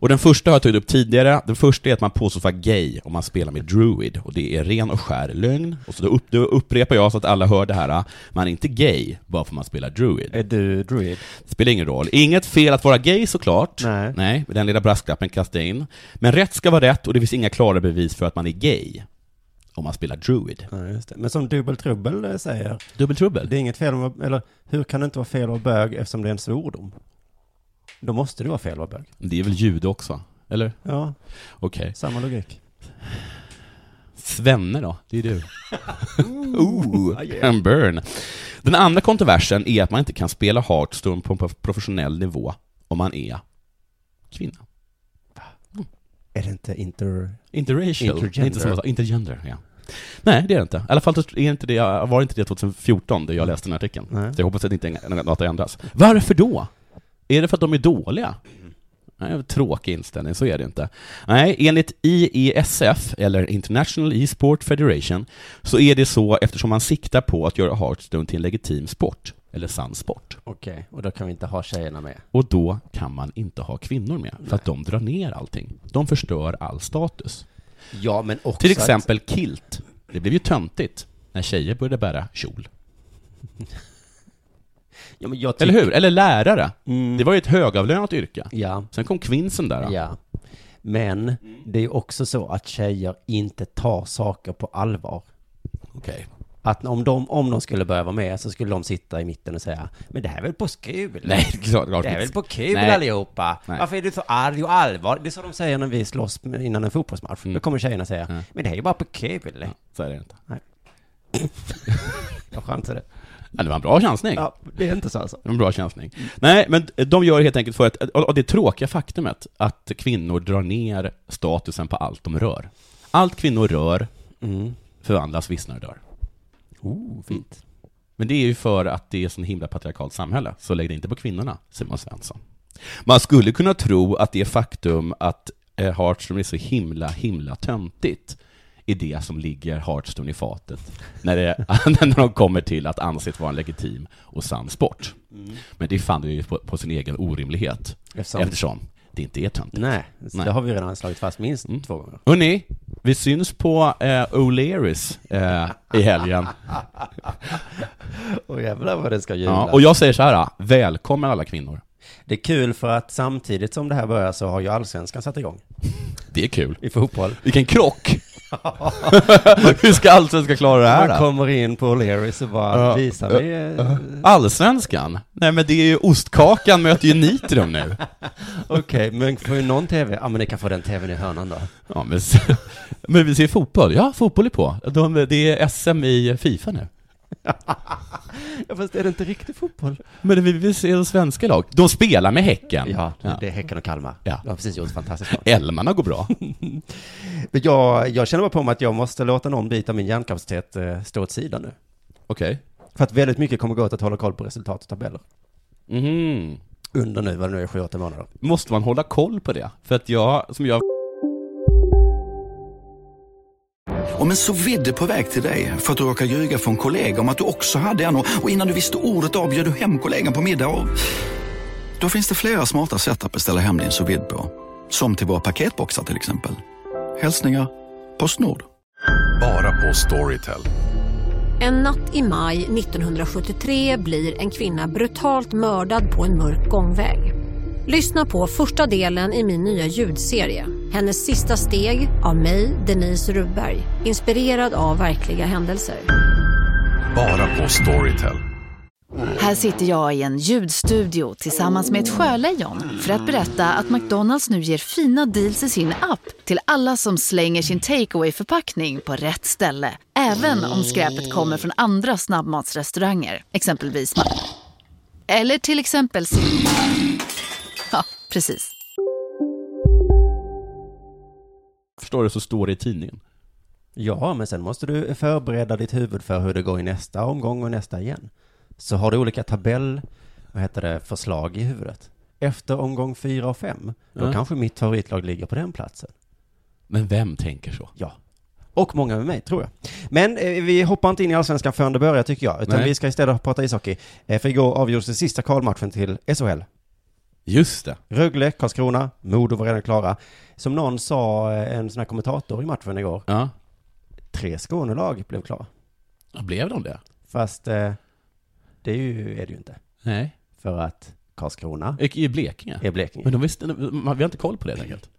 S9: och den första har jag tagit upp tidigare. Den första är att man påstås vara gay om man spelar med druid. Och det är ren och skär lögn. Och så då, upp, då upprepar jag så att alla hör det här. Man är inte gay bara för att man spelar druid.
S8: Är du druid?
S9: Det spelar ingen roll. Inget fel att vara gay såklart.
S8: Nej.
S9: Nej, den lilla brasklappen kastade jag in. Men rätt ska vara rätt och det finns inga klara bevis för att man är gay om man spelar druid.
S8: Ja, just det. Men som Dubbel Trubbel eh, säger,
S9: Dubbeltrubbel.
S8: det är inget fel om, eller hur kan det inte vara fel att vara bög eftersom det är en svordom? Då måste det vara fel vara bög.
S9: Det är väl jude också? Eller?
S8: Ja,
S9: Okej.
S8: samma logik.
S9: Svenne då? Det är du. Ooh, and burn. Den andra kontroversen är att man inte kan spela Hearthstone på en prof- professionell nivå om man är kvinna.
S8: Är det inte inter...
S9: Interracial.
S8: Intergender.
S9: Inte samma sak. Intergender, ja. Nej, det är det inte. I alla fall är inte det, var det inte det 2014, det jag läste den här artikeln.
S8: Mm. Nej.
S9: Så jag hoppas att inte några data ändras. Varför då? Är det för att de är dåliga?
S8: Mm.
S9: Nej, tråkig inställning, så är det inte. Nej, enligt IESF, eller International E-sport Federation, så är det så eftersom man siktar på att göra Hearthstone till en legitim sport, eller sann sport.
S8: Okej, och då kan vi inte ha tjejerna med.
S9: Och då kan man inte ha kvinnor med, för att de drar ner allting. De förstör all status.
S8: Ja, men också
S9: Till exempel kilt. Det blev ju töntigt när tjejer började bära kjol.
S8: Att, ja, men jag
S9: Eller
S8: tycker-
S9: hur? Eller lärare. Det var ju ett högavlönat yrke.
S8: Mm. Ja,
S9: Sen kom kvinsen där.
S8: ja. Men det är ju också så att tjejer inte tar saker på allvar.
S9: Okej.
S8: Att om de, om de skulle börja vara med så skulle de sitta i mitten och säga Men det här är väl på skul?
S9: Nej, <laughs> klart, klart
S8: Det här är väl på kul
S9: Nej.
S8: allihopa?
S9: Nej.
S8: Varför är du så arg och allvar? Det är så de säger när vi slåss med- innan en fotbollsmatch.
S9: Mm.
S8: Då kommer tjejerna säga Men det här är ju bara på kul.
S9: Så är det inte.
S8: Jag chansar det.
S9: Men det var en bra chansning.
S8: Ja, det är inte så alltså.
S9: En bra chansning. Nej, men de gör helt enkelt för att, och det tråkiga faktumet, att kvinnor drar ner statusen på allt de rör. Allt kvinnor rör förvandlas, vissnar och dör. Mm.
S8: Oh, fint.
S9: Men det är ju för att det är sån himla patriarkalt samhälle, så lägg det inte på kvinnorna, Simon Svensson. Man skulle kunna tro att det faktum att eh, Hearthstone är så himla, himla töntigt är det som ligger Hearthstone i fatet när, det, <laughs> när de kommer till att anses vara en legitim och sann sport. Men det fann ju på, på sin egen orimlighet,
S8: Eftersom-
S9: eftersom, det inte är töntigt.
S8: Nej, så
S9: Nej. Mm.
S8: det har vi redan slagit fast minst två gånger.
S9: Hörrni, vi syns på eh, O'Learys eh, i helgen.
S8: Och jävlar vad det ska jula.
S9: Ja, och jag säger så här, välkommen alla kvinnor.
S8: Det är kul för att samtidigt som det här börjar så har ju allsvenskan satt igång
S9: Det är kul.
S8: i fotboll.
S9: Vilken krock! <laughs> Hur ska allsvenskan klara det
S8: Man
S9: här? då?
S8: kommer in på O'Learys och bara
S9: Ja.
S8: visar mig. eh,
S9: Allsvenskan? Nej men det är ju ostkakan möter ju Nitrum nu.
S8: Okej, men får vi någon TV? Ja men ni kan få den TVn i hörnan då.
S9: Ja, men, s- <laughs> men vi ser fotboll. Ja, fotboll är på. De, det är SM i Fifa nu.
S8: Ja fast är det inte riktig fotboll?
S9: Men vi vill se svenska lag. De spelar med Häcken.
S8: Ja, det är Häcken och Kalmar.
S9: Ja.
S8: De har precis gjort fantastiskt bra.
S9: Elmarna
S8: <laughs>
S9: går bra.
S8: Eh, Men jag, jag känner bara på mig att jag måste låta någon bit av min hjärnkapacitet eh, stå åt sidan nu.
S9: Okej.
S8: För att väldigt mycket kommer gå åt att hålla koll på resultat och tabeller.
S9: Mhm.
S8: Under nu, vad det nu är, sju, åtta månader.
S9: Måste man hålla koll på det? För att jag, som jag...
S10: Om en så vidde på väg till dig för att du råkar ljuga från kollega om att du också hade en och och innan du visste ordet av bjöd du hem kollegan på middag och... Då finns det flera smarta sätt att beställa hem din sous vide på. Som till våra paketboxar till exempel. Hälsningar Postnord.
S11: Bara på Storytel.
S4: En natt i maj 1973 blir en kvinna brutalt mördad på en mörk gångväg. Lyssna på första delen i min nya ljudserie. Hennes sista steg av mig, Denise Rubberg. Inspirerad av verkliga händelser.
S11: Bara på Storytel.
S4: Här sitter jag i en ljudstudio tillsammans med ett sjölejon för att berätta att McDonalds nu ger fina deals i sin app till alla som slänger sin takeaway förpackning på rätt ställe. Även om skräpet kommer från andra snabbmatsrestauranger, exempelvis Ma- Eller till exempel Sil- Ja, precis.
S9: Förstår du, så står det i tidningen.
S8: Ja, men sen måste du förbereda ditt huvud för hur det går i nästa omgång och nästa igen. Så har du olika tabell, vad heter det, förslag i huvudet. Efter omgång fyra och fem, då
S9: Ja.
S8: kanske mitt favoritlag ligger på den platsen.
S9: Men vem tänker så?
S8: Ja. Och många med mig, tror jag. Men eh, vi hoppar inte in i allsvenskan förrän det börjar, tycker jag. Utan
S9: Nej.
S8: vi ska istället prata ishockey. Eh, för igår avgjordes den sista kvalmatchen till SHL.
S9: Just det.
S8: Rögle, Karlskrona, Modo var redan klara. Som någon sa, eh, en sån här kommentator i matchen igår,
S9: Ja.
S8: tre Skånelag blev klara.
S9: Ja, Blev de det?
S8: Fast eh, det är, ju, är det ju inte.
S9: Nej.
S8: För att Karlskrona
S9: I Blekinge?
S8: är Blekinge.
S9: Men de visste, man- vi har inte koll på det helt enkelt.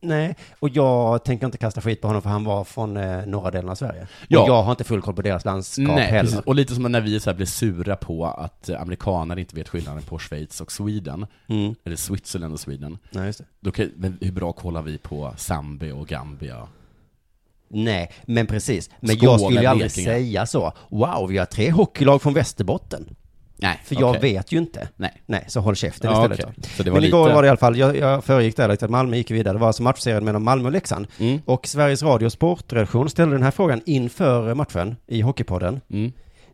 S8: Nej, och jag tänker inte kasta skit på honom för han var från eh, norra delen av Sverige. Ja.
S9: Ja.
S8: Och jag har inte full koll på deras landskap
S9: Nej,
S8: heller.
S9: precis. Och lite som när vi så här blir sura på att eh, amerikaner inte vet skillnaden på Schweiz och Sweden. Eller Switzerland och Sweden.
S8: Mm. Nej, just det.
S9: Då kan, men hur bra kollar vi på Zambia och Gambia?
S8: Nej, men precis. Men
S9: Skåne,
S8: jag skulle ju aldrig
S9: Blekinge.
S8: säga så. Wow, vi har tre hockeylag från Västerbotten.
S9: Nej,
S8: För jag
S9: okej.
S8: vet ju inte.
S9: Nej.
S8: Nej, så håll käften
S9: Ja,
S8: istället.
S9: okej.
S8: då.
S9: Så det var
S8: men igår
S9: lite-
S8: var det i alla fall, jag, jag föregick där lite, att Malmö gick vidare. Det var alltså matchserien mellan Malmö och Leksand.
S9: Mm.
S8: Och Sveriges Radio sportredaktion ställde den här frågan inför matchen i Hockeypodden.
S9: Mm.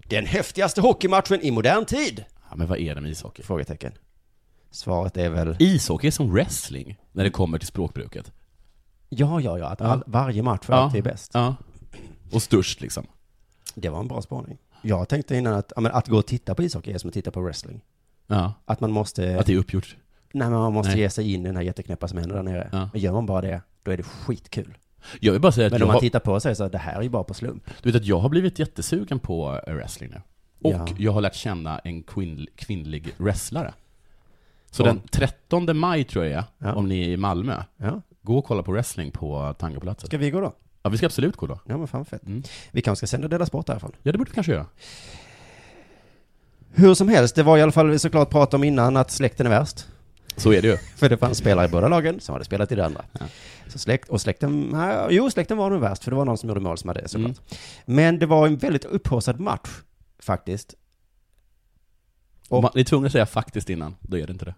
S8: Den häftigaste hockeymatchen i modern tid?
S9: Ja, men vad är det med ishockey?
S8: Frågetecken. Svaret är väl...
S9: Ishockey är som wrestling, när det kommer till språkbruket.
S8: Ja, ja, ja, att all, varje match för
S9: Ja.
S8: alltid är bäst.
S9: Ja. Och störst liksom.
S8: Det var en bra spaning. Jag tänkte innan att, ja, men att gå och titta på ishockey är som att titta på wrestling.
S9: Ja.
S8: Att man måste...
S9: Att det är uppgjort.
S8: Nej, men man måste
S9: Nej.
S8: ge sig in i den här jätteknäppa som händer där nere.
S9: Ja.
S8: Men gör man bara det, då är det skitkul.
S9: Jag vill bara säga att
S8: Men
S9: jag
S8: om man
S9: har-
S8: tittar på och säger så här, det här är ju bara på slump.
S9: Du vet att jag har blivit jättesugen på eh, wrestling nu. Och
S8: Ja.
S9: jag har lärt känna en kvinn, kvinnlig wrestlare. Så
S8: Och-
S9: den 13 maj tror jag det är,
S8: Ja.
S9: om ni är i Malmö,
S8: Ja.
S9: gå och kolla på wrestling på Tangoplatsen.
S8: Ska vi gå då?
S9: Ja, vi ska absolut gå då.
S8: Ja, men fan fett.
S9: Mm.
S8: Vi kanske ska sända Dela Sport därifrån.
S9: Ja, det borde vi kanske göra.
S8: Hur som helst, det var i alla fall såklart prat om innan att släkten är värst.
S9: Så är det ju.
S8: För det fanns spelare i båda lagen som hade spelat i det andra. Så släkt, och släkten, nej, jo släkten var nog värst, för det var någon som gjorde mål som hade det såklart.
S9: Mm.
S8: Men det var en väldigt upphaussad match, faktiskt.
S9: Och man, ni är tvungna att säga faktiskt innan, då är det inte det.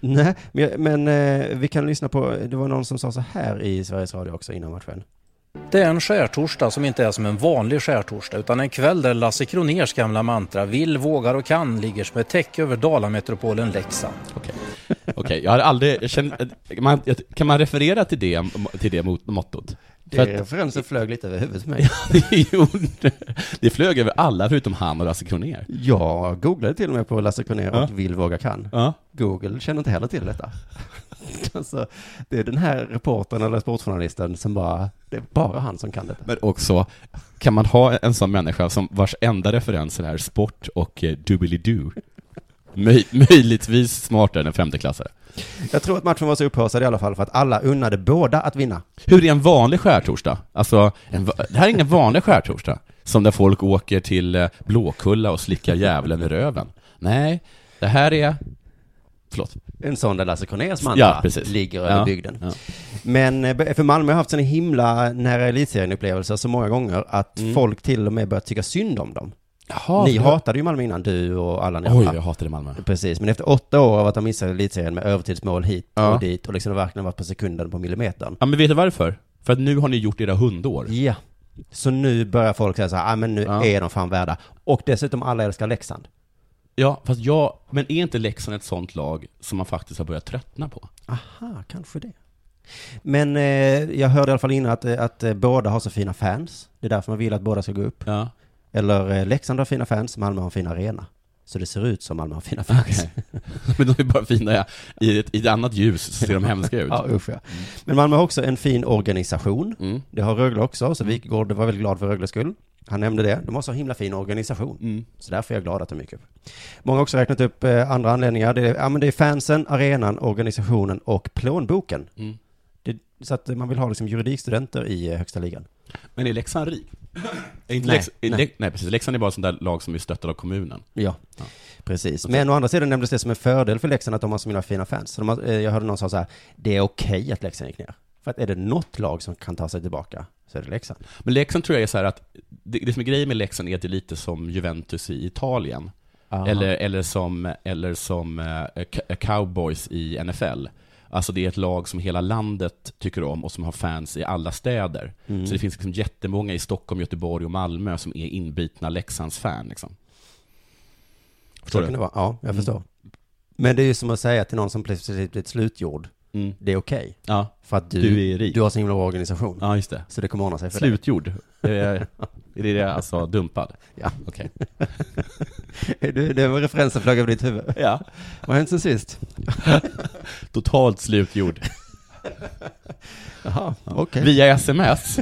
S8: Nej, men, jag- men eh, vi kan lyssna på, det var någon som sa så här i Sveriges Radio också innan matchen.
S12: Det är en skärtorsdag som inte är som en vanlig skärtorsdag utan en kväll där Lasse Kroners gamla mantra vill, vågar och kan ligger som ett täcke över Dalametropolen Leksand.
S9: Okej, jag hade aldrig, jag känner, eh, man, kan man referera till det, till det mot, mottot?
S8: Det
S9: <laughs>
S8: referensen flög lite över huvudet på mig. <laughs>
S9: det gjorde, det flög över alla förutom han och Lasse Kronér.
S8: Jag googlade till och med på Lasse Kronér och
S9: Ja.
S8: vill, våga, kan.
S9: Ja.
S8: Google känner inte heller till
S9: <laughs>
S8: detta. alltså, det är den här reportern eller sportjournalisten som bara, det är bara han som kan detta.
S9: Men också, kan man ha en sån människa som vars enda referenser är sport och eh, doobly-doo? Möj, möjligtvis smartare än en femteklassare.
S8: Jag tror att matchen var så upphaussad i alla fall för att alla unnade båda att vinna.
S9: Hur är en vanlig skärtorsdag? Alltså, en, va- det här är ingen vanlig skärtorsdag. Som där folk åker till eh, Blåkulla och slickar djävulen i röven. Nej, det här är... Förlåt.
S8: En sån där Lasse Kronérs mantra
S9: Ja, precis.
S8: ligger över
S9: Ja,
S8: bygden.
S9: ja.
S8: Men eh, för Malmö har haft sån himla nära elitserienupplevelser så många gånger att
S9: Mm.
S8: folk till och med börjat tycka synd om dem.
S9: Jaha,
S8: ni
S9: för-
S8: hatade ju Malmö innan, du och alla ni
S9: Oj,
S8: andra.
S9: jag hatade Malmö.
S8: Precis, men efter åtta år av att ha missat elitserien med övertidsmål hit
S9: Ja.
S8: och dit och liksom verkligen varit på sekunden på millimetern.
S9: Ja, men vet du varför? För att nu har ni gjort era hundår.
S8: Ja. Så nu börjar folk säga så här, ah, men nu
S9: Ja.
S8: är de fan värda. Och dessutom alla älskar Leksand.
S9: Ja, fast jag... Men är inte Leksand ett sånt lag som man faktiskt har börjat tröttna på?
S8: Aha, kanske det. Men eh, jag hörde i alla fall innan att, eh, att eh, båda har så fina fans. Det är därför man vill att båda ska gå upp.
S9: Ja.
S8: Eller eh, Leksand har fina fans, Malmö har en fin arena. Så det ser ut som Malmö har fina fans.
S9: <laughs> Men de är bara fina ja. I, ett, I ett annat ljus så ser de hemska ut.
S8: ja, usch ja. Men Malmö har också en fin organisation. Det har Rögle också, så Wikegård var väldigt glad för Rögles skull. Han nämnde det. De har så himla fin organisation. Så därför är jag glad att de gick upp. Många har också räknat upp eh, andra anledningar. Det är, ja, men det är fansen, arenan, organisationen och plånboken. Det, så att man vill ha liksom juridikstudenter i eh, högsta ligan.
S9: Men är Leksand rik? Är inte
S8: Nej,
S9: Leks, är
S8: nej.
S9: Le, nej, precis. Leksand är bara ett sånt där lag som är stöttat av kommunen.
S8: Ja, precis. Men å andra sidan nämndes det som en fördel för Leksand att de har så himla fina fans. Så de har, eh, jag hörde någon säga så här, det är okej att Leksand gick ner. För att är det något lag som kan ta sig tillbaka så är det Leksand.
S9: Men Leksand tror jag är så här att, det, det som är grejen med Leksand är att det är lite som Juventus i Italien. Eller, eller som, eller som eh, c- cowboys i NFL. Alltså det är ett lag som hela landet tycker om och som har fans i alla städer.
S8: Mm.
S9: Så det finns liksom jättemånga i Stockholm, Göteborg och Malmö som är inbitna Leksands-fan. Liksom. Förstår
S8: så kan
S9: du? Mm.
S8: det vara. Ja, jag förstår. Men det är ju som att säga till någon som plötsligt blivit slutgjord,
S9: Mm.
S8: det är okej.
S9: Ja.
S8: För att du,
S9: Du är rik.
S8: du har så himla bra organisation.
S9: Ja, just det.
S8: Så det kommer ordna sig för dig.
S9: Slutgjord. Eh,
S8: <laughs>
S9: Är det det alltså dumpad?
S8: Ja.
S9: Okej.
S8: <laughs> Du, det var referensen flög över ditt huvud.
S9: Ja.
S8: Vad har hänt sen sist?
S9: Totalt slutgjord.
S8: <laughs> Jaha, okej.
S9: Via sms.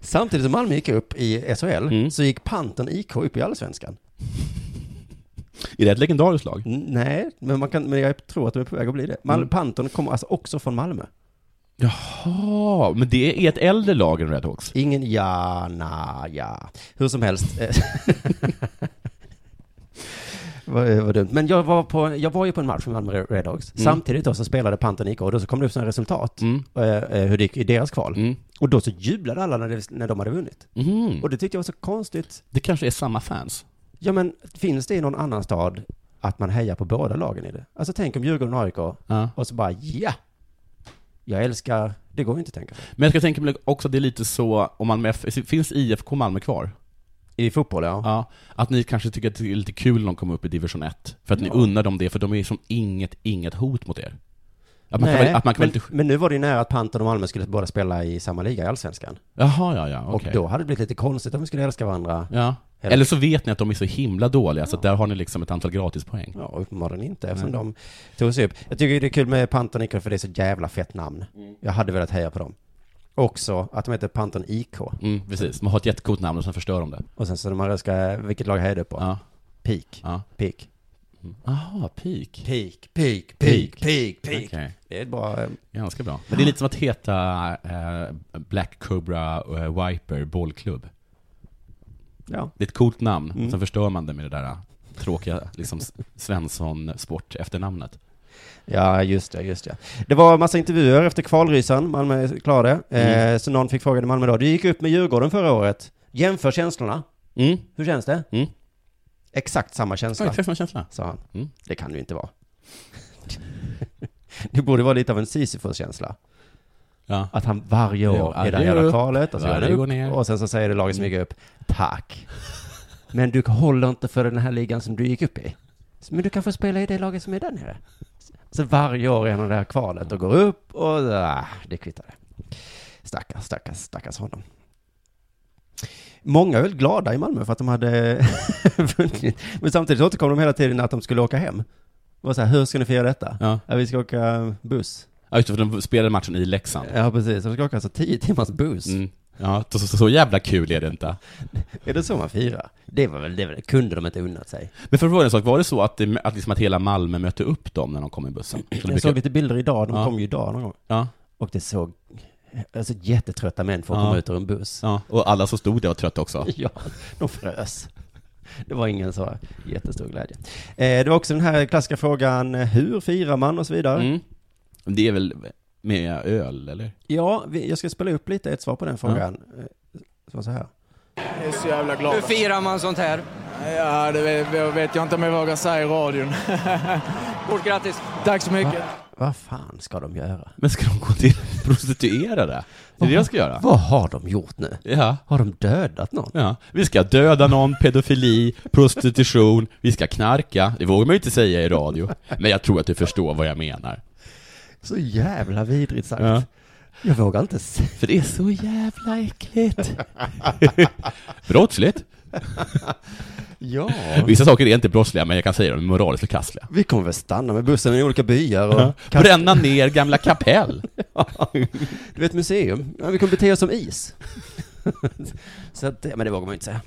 S8: Samtidigt som Malmö gick upp i SHL
S9: Mm.
S8: så gick Panten IK upp i Allsvenskan.
S9: Är det ett legendariskt lag?
S8: Nej, men, man kan, men jag tror att de är på väg att bli det.
S9: Mm.
S8: Mal- Panton kommer alltså också från Malmö.
S9: Jaha, men det är ett äldre lag än Redhawks?
S8: Ingen ja, na, ja. Hur som helst. <laughs> Eh, vad, vad dumt. Men jag var, på, jag var ju på en match med Malmö Redhawks.
S9: Mm.
S8: Samtidigt då så spelade Panton IK och då så kom det upp sådana resultat. Eh, eh, hur det gick i deras kval.
S9: Mm.
S8: Och då så jublade alla när, det, när de hade vunnit. Och det tyckte jag var så konstigt.
S9: Det kanske är samma fans?
S8: Ja men finns det i någon annan stad att man hejar på båda lagen i det? Alltså tänk om Djurgården och AIK och så bara ja! Jag älskar, det går ju inte att tänka.
S9: Men jag ska tänka mig också att det är lite så, om man med F- finns IFK Malmö kvar?
S8: I fotboll, ja.
S9: Att ni kanske tycker att det är lite kul när de kommer upp i division 1, för att ni
S8: Ja.
S9: unnar dem det, för de är som inget, inget hot mot er. Att man
S8: Nej,
S9: kan väl, att man kan
S8: men,
S9: väl inte...
S8: men nu var det ju nära att Panton och Malmö skulle båda spela i samma liga i Allsvenskan.
S9: Jaha, ja, ja, okej.
S8: Och då hade det blivit lite konstigt om vi skulle älska varandra.
S9: Ja.
S8: Hela-
S9: Eller så vet ni att de är så himla dåliga, så att där har ni liksom ett antal gratispoäng.
S8: Ja, uppenbarligen inte, eftersom de tog sig upp. Jag tycker det är kul med Panton IK för det är så jävla fett namn.
S9: Mm.
S8: Jag hade velat heja på dem. Också att de heter Panton IK.
S9: Mm, precis. Man har ett jättecoolt namn och sen förstör de det.
S8: Och sen så de här ska, vilket lag hejar du på?
S9: Ja.
S8: Peak. Peak.
S9: Aha, peak.
S8: Peak, peak, peak, peak, peak. Det är ett bra... eh,
S9: Ganska bra. Men det är lite som att heta eh, Black Cobra eh, Wiper Bollklubb.
S8: Ja.
S9: Det är ett coolt namn,
S8: Mm.
S9: sen förstör man det med det där eh, tråkiga liksom, s- Svensson-sport efternamnet.
S8: Ja, just det, just det. Det var en massa intervjuer efter kvalrysan, Malmö klarade. Eh,
S9: Mm.
S8: så någon fick frågan i Malmö då, du gick upp med Djurgården förra året. Jämför känslorna.
S9: Mm.
S8: Hur känns det? Exakt samma känsla.
S9: Ja, exakt samma känsla.
S8: Sa han.
S9: Mm.
S8: Det kan det ju inte vara. <laughs> det borde vara lite av en Sisyfos-känsla.
S9: Ja.
S8: Att han varje år är
S9: Ja,
S8: där
S9: det går
S8: jävla
S9: upp.
S8: kvalet och så
S9: Ja,
S8: går det
S9: det
S8: upp,
S9: går ner.
S8: och sen så säger det laget som gick upp, tack. Men du håller inte för den här ligan som du gick upp i. Men du kan få spela i det laget som är där nere. Så varje år är han i det här kvalet och går upp och ah, det kvittade. Stackars, stackars, stackars honom. Många är väl glada i Malmö för att de hade <laughs> vunnit. Men samtidigt återkom de hela tiden att de skulle åka hem. Det var så här, hur ska ni fira detta?
S9: Ja.
S8: vi ska åka buss.
S9: Ja, just det, för de spelade matchen i Leksand.
S8: Ja, precis. De ska åka alltså tio timmars buss.
S9: Mm. Ja, så, så, så jävla kul är det inte.
S8: Är det så man firar? Det var väl, det var- kunde de inte unnat sig.
S9: Men för att fråga en sak, var det så att, det, att, liksom att hela Malmö mötte upp dem när de kom i <clears throat> bussen? Så de
S8: Jag
S9: fick-
S8: såg lite bilder idag, de
S9: Ja.
S8: kom ju idag någon gång.
S9: Ja.
S8: Och det såg, alltså jättetrötta människor
S9: Ja.
S8: kom ut ur en buss. <laughs>
S9: Ja, och alla som stod där var trötta också.
S8: Ja, de frös. Det var ingen så jättestor glädje. Eh, det var också den här klassiska frågan, eh, hur firar man och så vidare.
S9: Mm. Det är väl med öl, eller?
S8: Ja, vi, jag ska spela upp lite ett svar på den frågan. Eh, som var så här.
S13: Jag är så jävla glad.
S14: Hur firar man sånt här?
S13: Ja, det vet, jag vet jag inte om jag vågar säga i radion. <laughs>
S14: Stort grattis!
S13: Tack så mycket.
S8: Vad fan ska de göra?
S9: Men ska de gå till <laughs> prostituerade? Det är det jag ska göra.
S8: Vad har de gjort nu?
S9: Ja.
S8: Har de dödat någon?
S9: Ja. Vi ska döda någon, pedofili, prostitution, vi ska knarka. Det vågar man ju inte säga i radio. Men jag tror att du förstår vad jag menar.
S8: Så jävla vidrigt sagt.
S9: Ja.
S8: Jag vågar inte säga.
S9: För det är så jävla äckligt. Brottsligt.
S8: <laughs> Ja.
S9: Vissa saker är inte brottsliga, men jag kan säga dem är moraliskt förkastliga.
S8: Vi kommer väl stanna med bussen i olika byar och...
S9: Bränna ner gamla kapell.
S8: <laughs> Du vet museum? Ja, vi kommer bete oss som is. <laughs> så att, det- men det vågar man ju inte säga.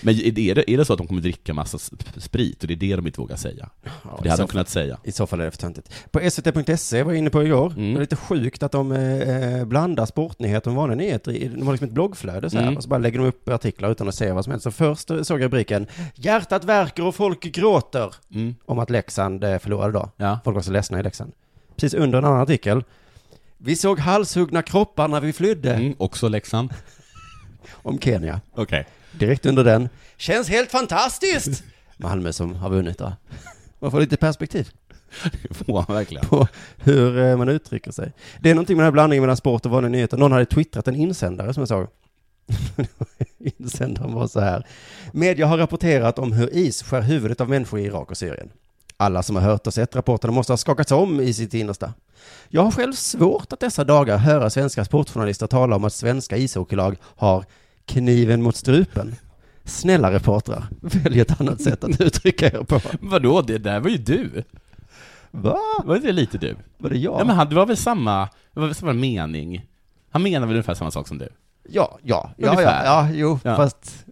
S9: Men är det, är det så att de kommer dricka massa sp- sprit och det är det de inte vågar säga? För
S8: i så
S9: det hade de
S8: fall.
S9: kunnat säga.
S8: I så fall är det för töntigt. På svt.se E var jag inne på igår.
S9: Mm.
S8: Det var lite sjukt att de eh, blandar sportnyheter med vanliga nyheter. i- De har liksom ett bloggflöde så här,
S9: Mm.
S8: och så bara lägger de upp artiklar utan att säga vad som helst. Så först eh, såg jag rubriken Hjärtat värker och folk gråter
S9: Mm.
S8: om att Leksand eh, förlorade då.
S9: Ja.
S8: Folk var så ledsna i Leksand. Precis under en annan artikel. Vi såg halshuggna kroppar när vi flydde
S9: Mm, också Leksand.
S8: om Kenya.
S9: Okej.
S8: Direkt under den. Känns helt fantastiskt! Malmö som har vunnit då. Man får lite perspektiv.
S9: Det får man verkligen.
S8: på hur eh, man uttrycker sig. Det är någonting med den här blandningen mellan sport och vanliga nyheter. Någon hade twittrat en insändare som jag såg. <laughs> Insändaren var så här. Media har rapporterat om hur is skär huvudet av människor i Irak och Syrien. Alla som har hört och sett rapporterna måste ha skakats om i sitt innersta. Jag har själv svårt att dessa dagar höra svenska sportjournalister tala om att svenska ishockeylag har kniven mot strupen. Snälla reportrar, välj ett annat sätt att <laughs> uttrycka er på.
S9: Men Vadå, det där var ju du.
S8: Va?
S9: Var inte det lite du?
S8: Var det jag?
S9: Ja, men han, det var väl samma, det var väl samma mening? Han menar väl ungefär samma sak som du?
S8: Ja, ja, ja, ja,
S9: Ungefär.
S8: ja, jo,
S9: Ja.
S8: fast...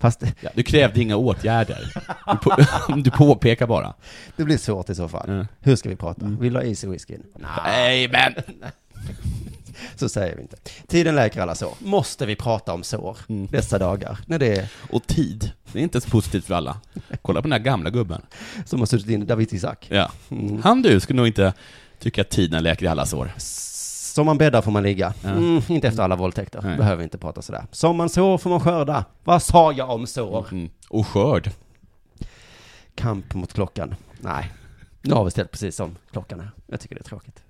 S8: Fast...
S9: Ja, du krävde inga åtgärder. Du, på, <laughs> du påpekar bara.
S8: Det blir svårt i så fall. Hur ska vi prata? Vill du ha is i whiskyn?
S9: Mm. Nej, men...
S8: Så säger vi inte. Tiden läker alla sår. Måste vi prata om sår
S9: Mm.
S8: dessa dagar? När det är...
S9: Och tid. Det är inte så positivt för alla. Kolla på den där gamla gubben.
S8: Som har suttit inne, David Isak.
S9: Ja. Han du skulle nog inte tycka att tiden läker i alla sår.
S8: Som man bäddar får man ligga. Mm, inte efter alla våldtäkter.
S9: Nej.
S8: Behöver inte prata sådär. Som man sår får man skörda. Vad sa jag om sår?
S9: Mm. Och skörd.
S8: Kamp mot klockan. Nej. Nu har vi ställt precis som klockan är. Jag tycker det är tråkigt.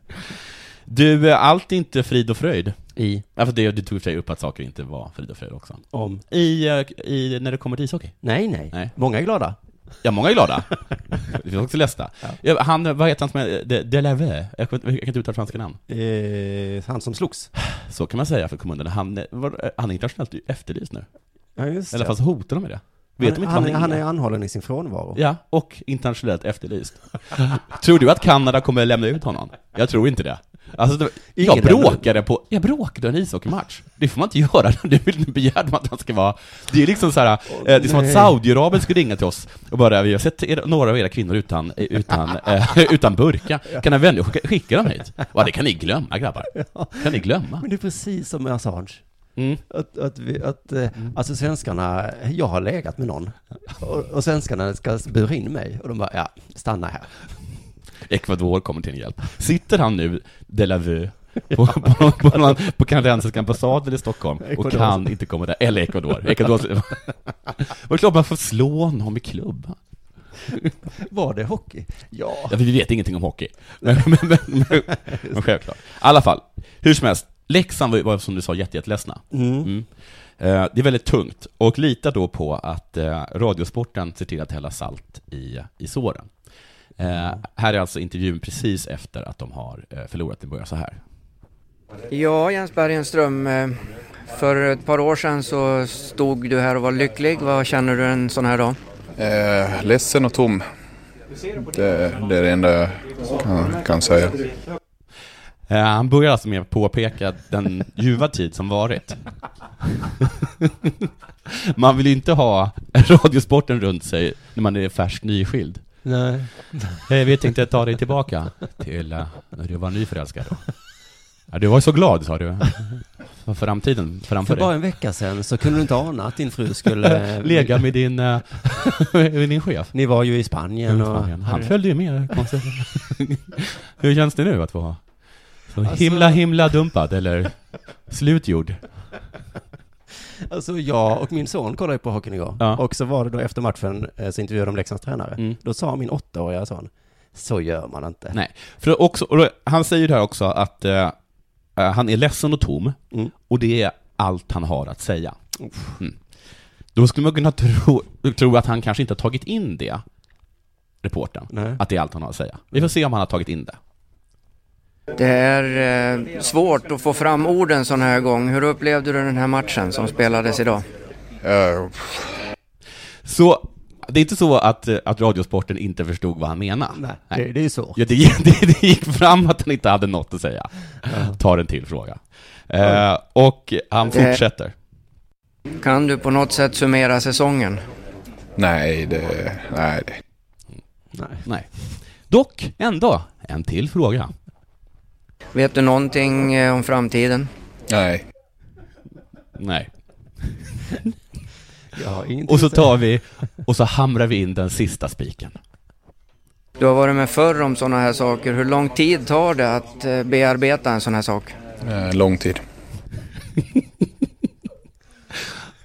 S9: Du, eh, allt är inte frid och fröjd.
S8: I?
S9: Ja, för det, du tog i och för sig upp att saker inte var frid och fröjd också.
S8: Om?
S9: I, eh, i när det kommer till ishockey?
S8: Nej, nej. Många är glada.
S9: Ja, många är
S8: <laughs>
S9: glada. Vi är också ledsna. Ja. Han, vad heter han som är, eh, De- Delarve? Jag kan jag kan inte uttala franska namn.
S8: Eh, han som slogs?
S9: Så kan man säga för kommunen. Han, eh, var, han är internationellt efterlyst nu.
S8: Ja, just
S9: Eller
S8: det.
S9: fast hotar de med det? Vet
S8: Han,
S9: de inte
S8: han,
S9: vad
S8: han är anhållen i sin frånvaro.
S9: Ja, och internationellt efterlyst. <laughs> tror du att Kanada kommer lämna ut honom? Jag tror inte det. Alltså, det, jag
S8: Ingen lämnar
S9: bråkade på, jag bråkade en ishockeymatch. Det får man inte göra <laughs> när du vill begär man att han ska vara... Det är liksom så här, eh, det är som att
S8: nej.
S9: Saudiarabien skulle ringa till oss och bara vi har sett er, några av era kvinnor utan, eh,
S8: <laughs>
S9: utan, eh, <laughs> utan burka. Kan en vän skicka, skicka dem hit? Va, det kan ni glömma grabbar. Kan ni glömma?
S8: Men det är precis som med Assange.
S9: Mm.
S8: Att, att, vi, att eh, alltså svenskarna, jag har legat med någon och, och svenskarna ska bura in mig och de bara, ja, stanna här.
S9: Ecuador kommer till en hjälp. Sitter han nu, Delavue, på, på, på, någon- på kanadensiska ambassaden i Stockholm och
S8: Ecuador.
S9: kan inte komma där? Eller Ecuador. Ecuador. Var klart man får slå honom i klubba.
S8: Var det hockey? Ja.
S9: Ja, vi vet ingenting om <laughs> hockey. Men, men, men, men, <laughs> men självklart. I alla fall, hur som helst. Leksand var, var som du sa jätte- jätteledsna.
S8: Mm.
S9: Eh, det är väldigt tungt. Och lita då på att eh, Radiosporten ser till att hälla salt i, i såren. Eh, Här är alltså intervjun precis efter att de har eh, förlorat. Det börjar så här.
S14: Ja, Jens Bergenström. eh, För ett par år sedan så stod du här och var lycklig. Vad känner du en sån här dag?
S15: Eh, ledsen och tom. Det, det är det enda jag kan, kan säga.
S9: Eh, Han börjar alltså med att påpeka <laughs> den ljuva tid som varit. <laughs> Man vill ju inte ha <laughs> Radiosporten runt sig när man är färsk nyskild.
S8: Nej.
S9: Eh, Vi tänkte ta dig tillbaka till eh, när du var nyförälskad då. Ja, du var så glad sa du. För framtiden framför
S8: För
S9: dig.
S8: bara en vecka sedan så kunde du inte ana att din fru
S9: <laughs>
S8: skulle...
S9: Lägga med din, eh, med din chef.
S8: Ni var ju i Spanien och...
S9: Mm, Spanien. Han följde ju med konstigt. Hur känns det nu att vara så himla, himla dumpad eller slutgjord?
S8: Alltså jag och min son kollade ju på hockeyn igår.
S9: Ja. Mm.
S8: Och så var det då efter matchen eh, så intervjuade de Leksands tränare. Då sa min åttaåriga son, så gör man inte.
S9: Nej, för också, och då, han säger ju det här också att eh, eh, han är ledsen och tom,
S8: Mm.
S9: och det är allt han har att säga. Mm. Då skulle man kunna tro, tro att han kanske inte har tagit in det, reportern, att det är allt han har att säga. Vi får se om han har tagit in det.
S14: Det är eh, svårt att få fram orden sån här gång. Hur upplevde du den här matchen som spelades idag?
S9: Så det är inte så att, eh, att Radiosporten inte förstod vad han menade. Nej,
S8: det- det är ju så.
S9: Ja, det, <laughs> gick- det, det gick fram att han inte hade något att säga. Tar en till fråga. Eh, och han
S8: Eh,
S14: Det-
S9: fortsätter.
S14: Kan du på något sätt summera säsongen?
S15: Nej, det... Nej.
S9: Nej. Dock, ändå, en till fråga.
S14: Vet du någonting eh, om framtiden?
S15: Nej.
S9: Nej.
S8: Jag har ingenting
S9: Och så
S8: att säga.
S9: tar vi, och så hamrar vi in den sista spiken.
S14: Du har varit med förr om sådana här saker. Hur lång tid tar det att eh, bearbeta en sån här sak?
S15: Eh, lång tid.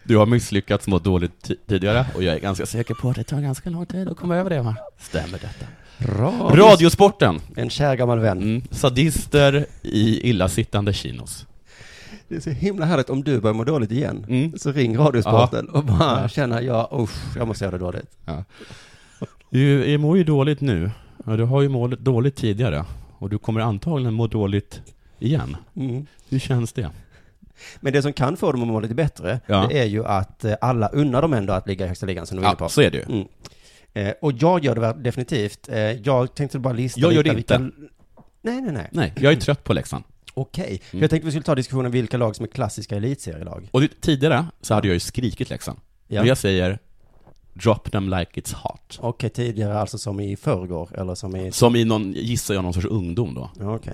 S9: Du har misslyckats mot dåligt ti- tidigare och jag är ganska säker på att det tar ganska lång tid att komma över det va? Stämmer detta?
S8: Radios-
S9: Radiosporten!
S8: En kär gammal vän.
S9: Mm. sadister i illasittande chinos.
S8: Det är så himla härligt om du börjar må dåligt igen. Så ring Radiosporten
S9: Mm. Ja.
S8: och bara
S9: Ja.
S8: känna, ja usch, jag måste göra det dåligt.
S9: Ja. Du jag mår ju dåligt nu. Ja, du har ju mått dåligt tidigare. Och du kommer antagligen må dåligt igen.
S8: Mm.
S9: Hur känns det?
S8: Men det som kan få dem att må lite bättre,
S9: Ja.
S8: det är ju att eh, alla unnar dem ändå att ligga i högsta ligan som de
S9: Ja,
S8: vinner på.
S9: så är det ju.
S8: Mm. Eh, och jag gör det väl definitivt. Eh, jag tänkte bara lista
S9: Jag gör
S8: vilka
S9: det
S8: vi kan-
S9: inte.
S8: Nej, nej, nej.
S9: Nej, jag är trött på Leksand.
S8: Okej. För
S9: Mm.
S8: Jag tänkte vi skulle ta diskussionen vilka lag som är klassiska elitserielag.
S9: Och det- tidigare så hade jag ju skrikit Leksand.
S8: Ja.
S9: Men jag säger Drop them like it's hot.
S8: Okej, tidigare alltså som i förrgår, eller som i...
S9: Som i någon, gissar jag, någon sorts ungdom då.
S8: Ja, okej.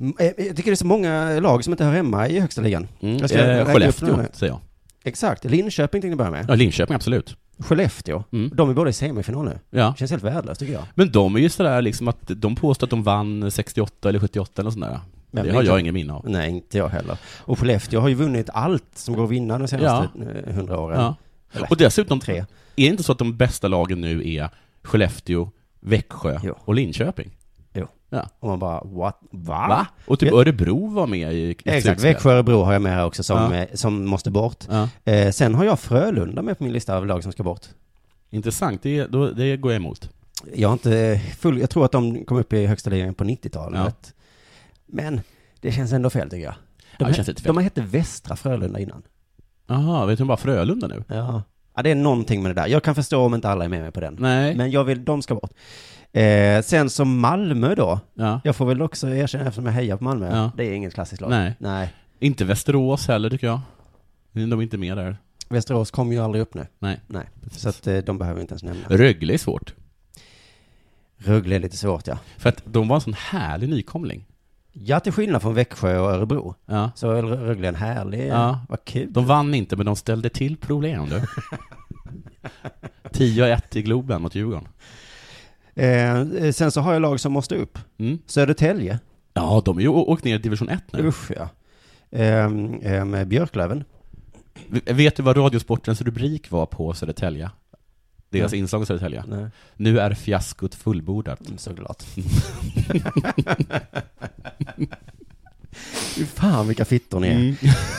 S8: Mm, eh, Jag tycker det är så många lag som inte hör hemma i högsta ligan.
S9: Mm.
S8: Jag ska
S9: Eh,
S8: räkna upp
S9: Skellefteå,
S8: några nu.
S9: säger jag.
S8: Exakt, Linköping tänkte jag börja med.
S9: Ja, Linköping, absolut.
S8: Skellefteå, de är båda i semifinal nu.
S9: Mm. Ja.
S8: Känns helt värdelöst tycker jag.
S9: Men de är ju sådär liksom att de påstår att de vann 68 eller 78 eller sånt där.
S8: Men
S9: det har
S8: inte-
S9: jag ingen minne av.
S8: Nej, inte jag heller. Och Skellefteå har ju vunnit allt som går att vinna de senaste eh, hundra åren.
S9: Ja.
S8: Eller,
S9: Och dessutom,
S8: tre.
S9: är det inte så att de bästa lagen nu är Skellefteå, Växjö och Linköping?
S8: Jo.
S9: Ja.
S8: Och man bara, what? Va?
S9: Va? Och typ
S8: Vet-
S9: Örebro var med i ett
S8: Ah. Exakt,
S9: slutspel.
S8: Växjö och Örebro har jag med här också som,
S9: Ja.
S8: eh, som måste bort.
S9: Ja.
S8: Eh, sen har jag Frölunda med på min lista av lag som ska bort.
S9: Intressant, det, då, det går jag emot.
S8: Jag har inte eh, full, jag tror att de kom upp i högsta ligan på 90-talet. Men det känns ändå fel tycker jag.
S9: det
S8: De, he-
S9: känns lite fel.
S8: de hette Västra Frölunda innan.
S9: Jaha, vet du bara Frölunda nu?
S8: Ja. ja, det är någonting med det där. Jag kan förstå om inte alla är med mig på den.
S9: Nej.
S8: Men jag vill, de ska bort. Eh, sen som Malmö då.
S9: Ja.
S8: Jag får väl också erkänna eftersom jag hejar på Malmö.
S9: Ja.
S8: Det är inget klassiskt lag.
S9: Nej.
S8: Nej.
S9: Inte Västerås heller tycker jag. De är inte med där.
S8: Västerås kommer ju aldrig upp nu.
S9: Nej.
S8: Nej. Så att eh, de behöver vi inte ens nämna.
S9: Rögle är svårt.
S8: Rögle är lite svårt ja.
S9: För att de var en sån härlig nykomling.
S8: Ja, till skillnad från Växjö och Örebro.
S9: Ja.
S8: Så är Rö- Rögle en härlig...
S9: Ja.
S8: Vad kul.
S9: De vann inte, men de ställde till
S8: <laughs>
S9: problem du. 10-1 i Globen mot Djurgården.
S8: Eh, eh, sen så har jag lag som måste upp. Södertälje.
S9: Mm. Ja, de är ju å- åkt ner i division 1 nu.
S8: Usch ja. Ehm, eh, med Björklöven.
S9: V- Vet du vad Radiosportens rubrik var på Södertälje? Deras
S8: Nej.
S9: inslag i Södertälje.
S8: Nej.
S9: Nu är fiaskot fullbordat.
S8: Mm, Såklart. Fy Fan vilka fittor ni är. <laughs>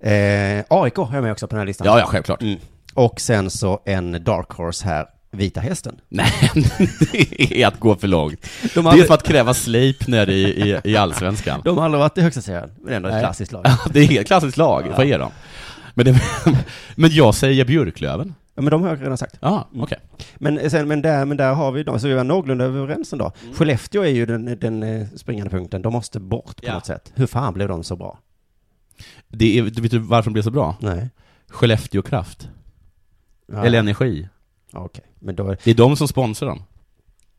S8: Eh, AIK har jag med också på den här listan.
S9: Ja, ja, självklart.
S8: Mm. Och sen så en dark horse här, Vita Hästen.
S9: Nej, <laughs> det är att gå för långt.
S8: De
S9: Det är
S8: hade-
S9: som att kräva Sleipner i, i, i Allsvenskan. <laughs>
S8: De har aldrig varit i högsta serien, men ändå ett
S9: Nej.
S8: klassiskt lag.
S9: Ja, det är ett klassiskt lag. Vad är de? Men, det, <laughs> men jag säger Björklöven.
S8: Ja, men de har jag redan sagt.
S9: Ja, okej.
S8: Men, eh, sen, men, där, men där har vi dem, så vi var någorlunda överens ändå.
S9: Mm.
S8: Skellefteå är ju den, den eh, springande punkten, de måste bort på något sätt. Hur fan blev de så bra?
S9: Det är, du vet du varför de blev så bra?
S8: Nej.
S9: Skellefteå Kraft.
S8: Ja.
S9: Eller Energi.
S8: Ja, Okej, men då...
S9: Det är de som sponsrar dem.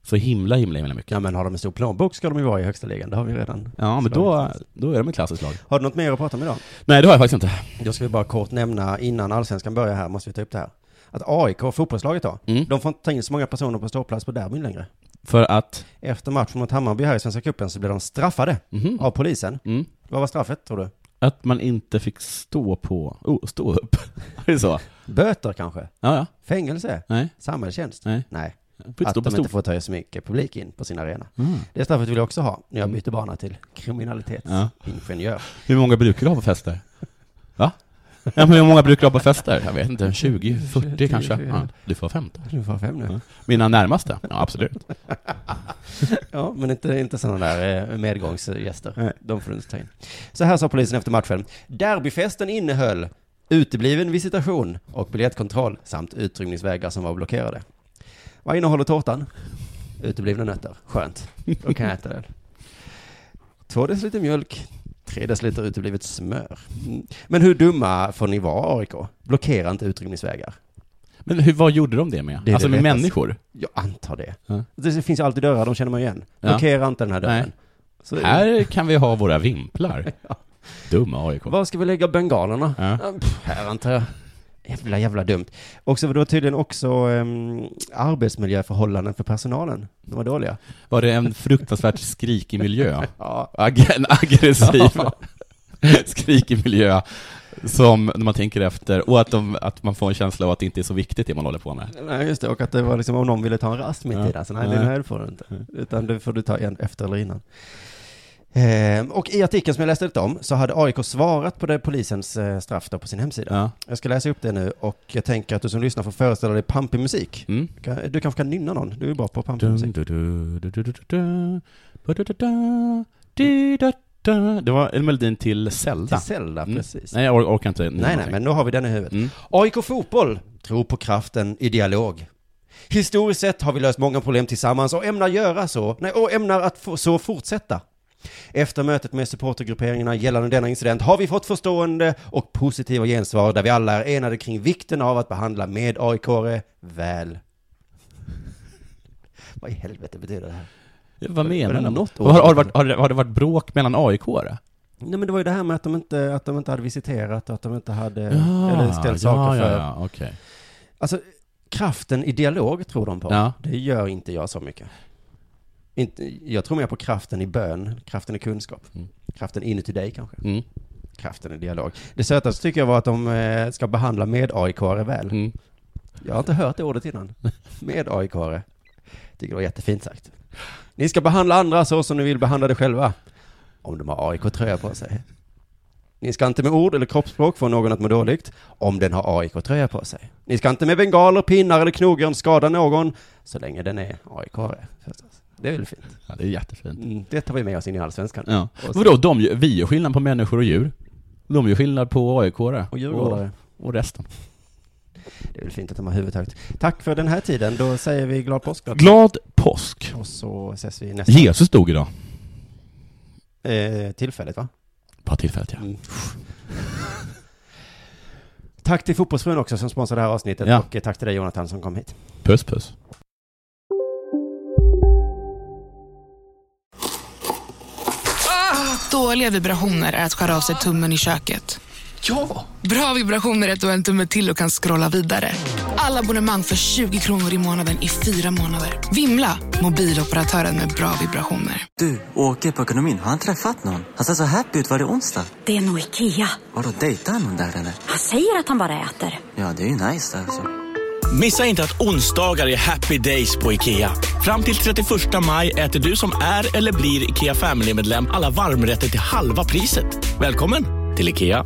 S9: Så himla, himla, himla mycket.
S8: Ja, men har de en stor plånbok ska de ju vara i högsta ligan, det har vi redan.
S9: Ja, men
S8: slagit
S9: då,
S8: fast.
S9: då är de ett klassiskt lag.
S8: Har du något mer att prata om idag?
S9: Nej, det har jag faktiskt inte.
S8: Då ska vi bara kort nämna, innan allsvenskan börjar här, måste vi ta upp det här. Att AIK, fotbollslaget då,
S9: Mm.
S8: de får inte ta in så många personer på ståplats på derbyn längre.
S9: För att...
S8: Efter matchen mot Hammarby här i Svenska Cupen så blev de straffade
S9: Mhm.
S8: av polisen.
S9: Mm.
S8: Vad var straffet, tror du?
S9: Att man inte fick stå på... Oh, stå upp. <laughs> är det så?
S8: Böter kanske?
S9: Ja, ja.
S8: Fängelse?
S9: Nej.
S8: Samhällstjänst?
S9: Nej. får inte
S8: Att
S9: stå på
S8: de inte
S9: stol.
S8: får ta så mycket publik in på sin arena.
S9: Mm.
S8: Det straffet vill jag också ha när jag byter bana till kriminalitetsingenjör.
S9: Hur många brukar du ha på fester? Va? Ja, men hur många brukar du ha på fester? Jag vet inte, 20, 40 kanske? Ja, du får 15.
S8: Du får fem nu.
S9: Ja. Mina närmaste? Ja, absolut.
S8: Ja, men inte, inte sådana där eh, medgångsgäster. De får du inte ta in. Så här sa polisen efter matchen. Derbyfesten innehöll utebliven visitation och biljettkontroll samt utrymningsvägar som var blockerade. Vad innehåller tårtan? Uteblivna nötter. Skönt. Då kan jag äta den. Två deciliter mjölk, tre deciliter uteblivet smör. Mm. Men hur dumma får ni vara, AIK? Blockera inte utrymningsvägar.
S9: Men hur, vad gjorde de det med?
S8: Det är
S9: alltså
S8: det
S9: med
S8: lättaste.
S9: människor?
S8: Jag antar det.
S9: Ja.
S8: Det finns ju alltid dörrar, de känner man igen.
S9: Ja.
S8: Blockera inte den här
S9: Nej.
S8: dörren. Så-
S9: Här kan vi ha våra
S8: <laughs>
S9: vimplar. Dumma AIK.
S8: Var ska vi lägga bengalerna?
S9: Ja.
S8: Ja. pff, här antar jag. Jävla, jävla dumt. Och så var det tydligen också ehm, arbetsmiljöförhållanden för personalen. De var dåliga.
S9: Var det en fruktansvärt skrikig miljö?
S8: Ja.
S9: Ag- en aggressiv <laughs>
S8: Ja.
S9: skrikig miljö som när man tänker efter och att, de, att man får en känsla av att det inte är så viktigt det man håller på med.
S8: Nej, just det. Och att det var liksom om någon ville ta en rast mitt i det. Så nej,
S9: Nej.
S8: det här får du inte. Utan det får du ta en efter eller innan. Ehm, och i artikeln som jag läste ut om så hade AIK svarat på det polisens eh, straff då på sin hemsida.
S9: Ja.
S8: Jag ska läsa upp det nu och jag tänker att du som lyssnar får föreställa dig pampig musik.
S9: Mm.
S8: Kan- Du kanske kan nynna någon? Du är bra på pampig
S9: Dun,
S8: musik.
S9: du, du, du, du, du, du, du, ba, du, du, du, du, du, du. Det var en melodin till Zelda.
S8: Till Zelda,
S9: Mm.
S8: precis.
S9: Nej, jag or- orkar inte. Mm.
S8: Nej, nej, men nu har vi den i huvudet. AIK Fotboll tror på kraften i dialog. Historiskt sett har vi löst många problem tillsammans och ämnar göra så, nej, och ämnar att få, så fortsätta. Efter mötet med supportergrupperingarna gällande denna incident har vi fått förstående och positiva gensvar där vi alla är enade kring vikten av att behandla med aik väl. <laughs> Vad i helvete betyder det här?
S9: Vad menar
S8: Var det
S9: de?
S8: något
S9: Har, har, det
S8: ord?
S9: varit, har, det, har det varit bråk mellan aik -are?
S8: Nej men det var ju det här med att de inte, att de inte hade visiterat och att de inte hade,
S9: Ja,
S8: eller ställt
S9: ja,
S8: saker
S9: ja,
S8: för.
S9: ja, okej.
S8: Alltså, kraften i dialog tror de på.
S9: Ja.
S8: Det gör inte jag så mycket. Inte, jag tror mer på kraften i bön, kraften i kunskap. Kraften inuti dig kanske.
S9: Mm,
S8: Kraften i dialog. Det sötaste tycker jag var att de eh, ska behandla med aik väl.
S9: mm.
S8: Jag har inte hört det ordet innan. Med aik Tycker det var jättefint sagt. Ni ska behandla andra så som ni vill behandla dig själva. Om de har AIK-tröja på sig. Ni ska inte med ord eller kroppsspråk få någon att må dåligt om den har AIK-tröja på sig. Ni ska inte med bengaler, pinnar eller knogjärn skada någon så länge den är aik förstås. Det är väl fint?
S9: Ja, det är jättefint.
S8: Mm, det tar vi med oss in i allsvenskan.
S9: Ja.
S8: Och så-
S9: Vadå, de, gör- vi gör skillnad på människor och djur. De gör skillnad på aik -are.
S8: Och djurgårdare.
S9: Och, och resten.
S8: Det är väl fint att de har huvudet högt. Tack för den här tiden. Då säger vi glad påsk. då.
S9: Glad påsk!
S8: Och så ses vi nästa
S9: Jesus dog idag.
S8: eh, tillfället va?
S9: På tillfället, ja.
S8: Tack till Fotbollsfrun också som sponsrar det här avsnittet
S9: Ja.
S8: och eh, tack till dig Jonathan som kom hit.
S9: Puss, puss.
S2: Dåliga vibrationer är att skära av sig tummen i köket. Ja! Bra vibrationer är att du har en tumme till och kan scrolla vidare. Alla abonnemang för 20 kronor i månaden i fyra månader. Vimla! Mobiloperatören med bra vibrationer.
S5: Du, åker på ekonomin. Har han träffat någon? Han ser så happy ut. Var det onsdag?
S16: Det är nog Ikea.
S5: Vadå, dejtar han någon där eller?
S16: Han säger att han bara äter.
S5: Ja, det är ju nice där alltså.
S17: Missa inte att onsdagar är happy days på IKEA. Fram till 31 maj äter du som är eller blir IKEA Family-medlem alla varmrätter till halva priset. Välkommen till IKEA.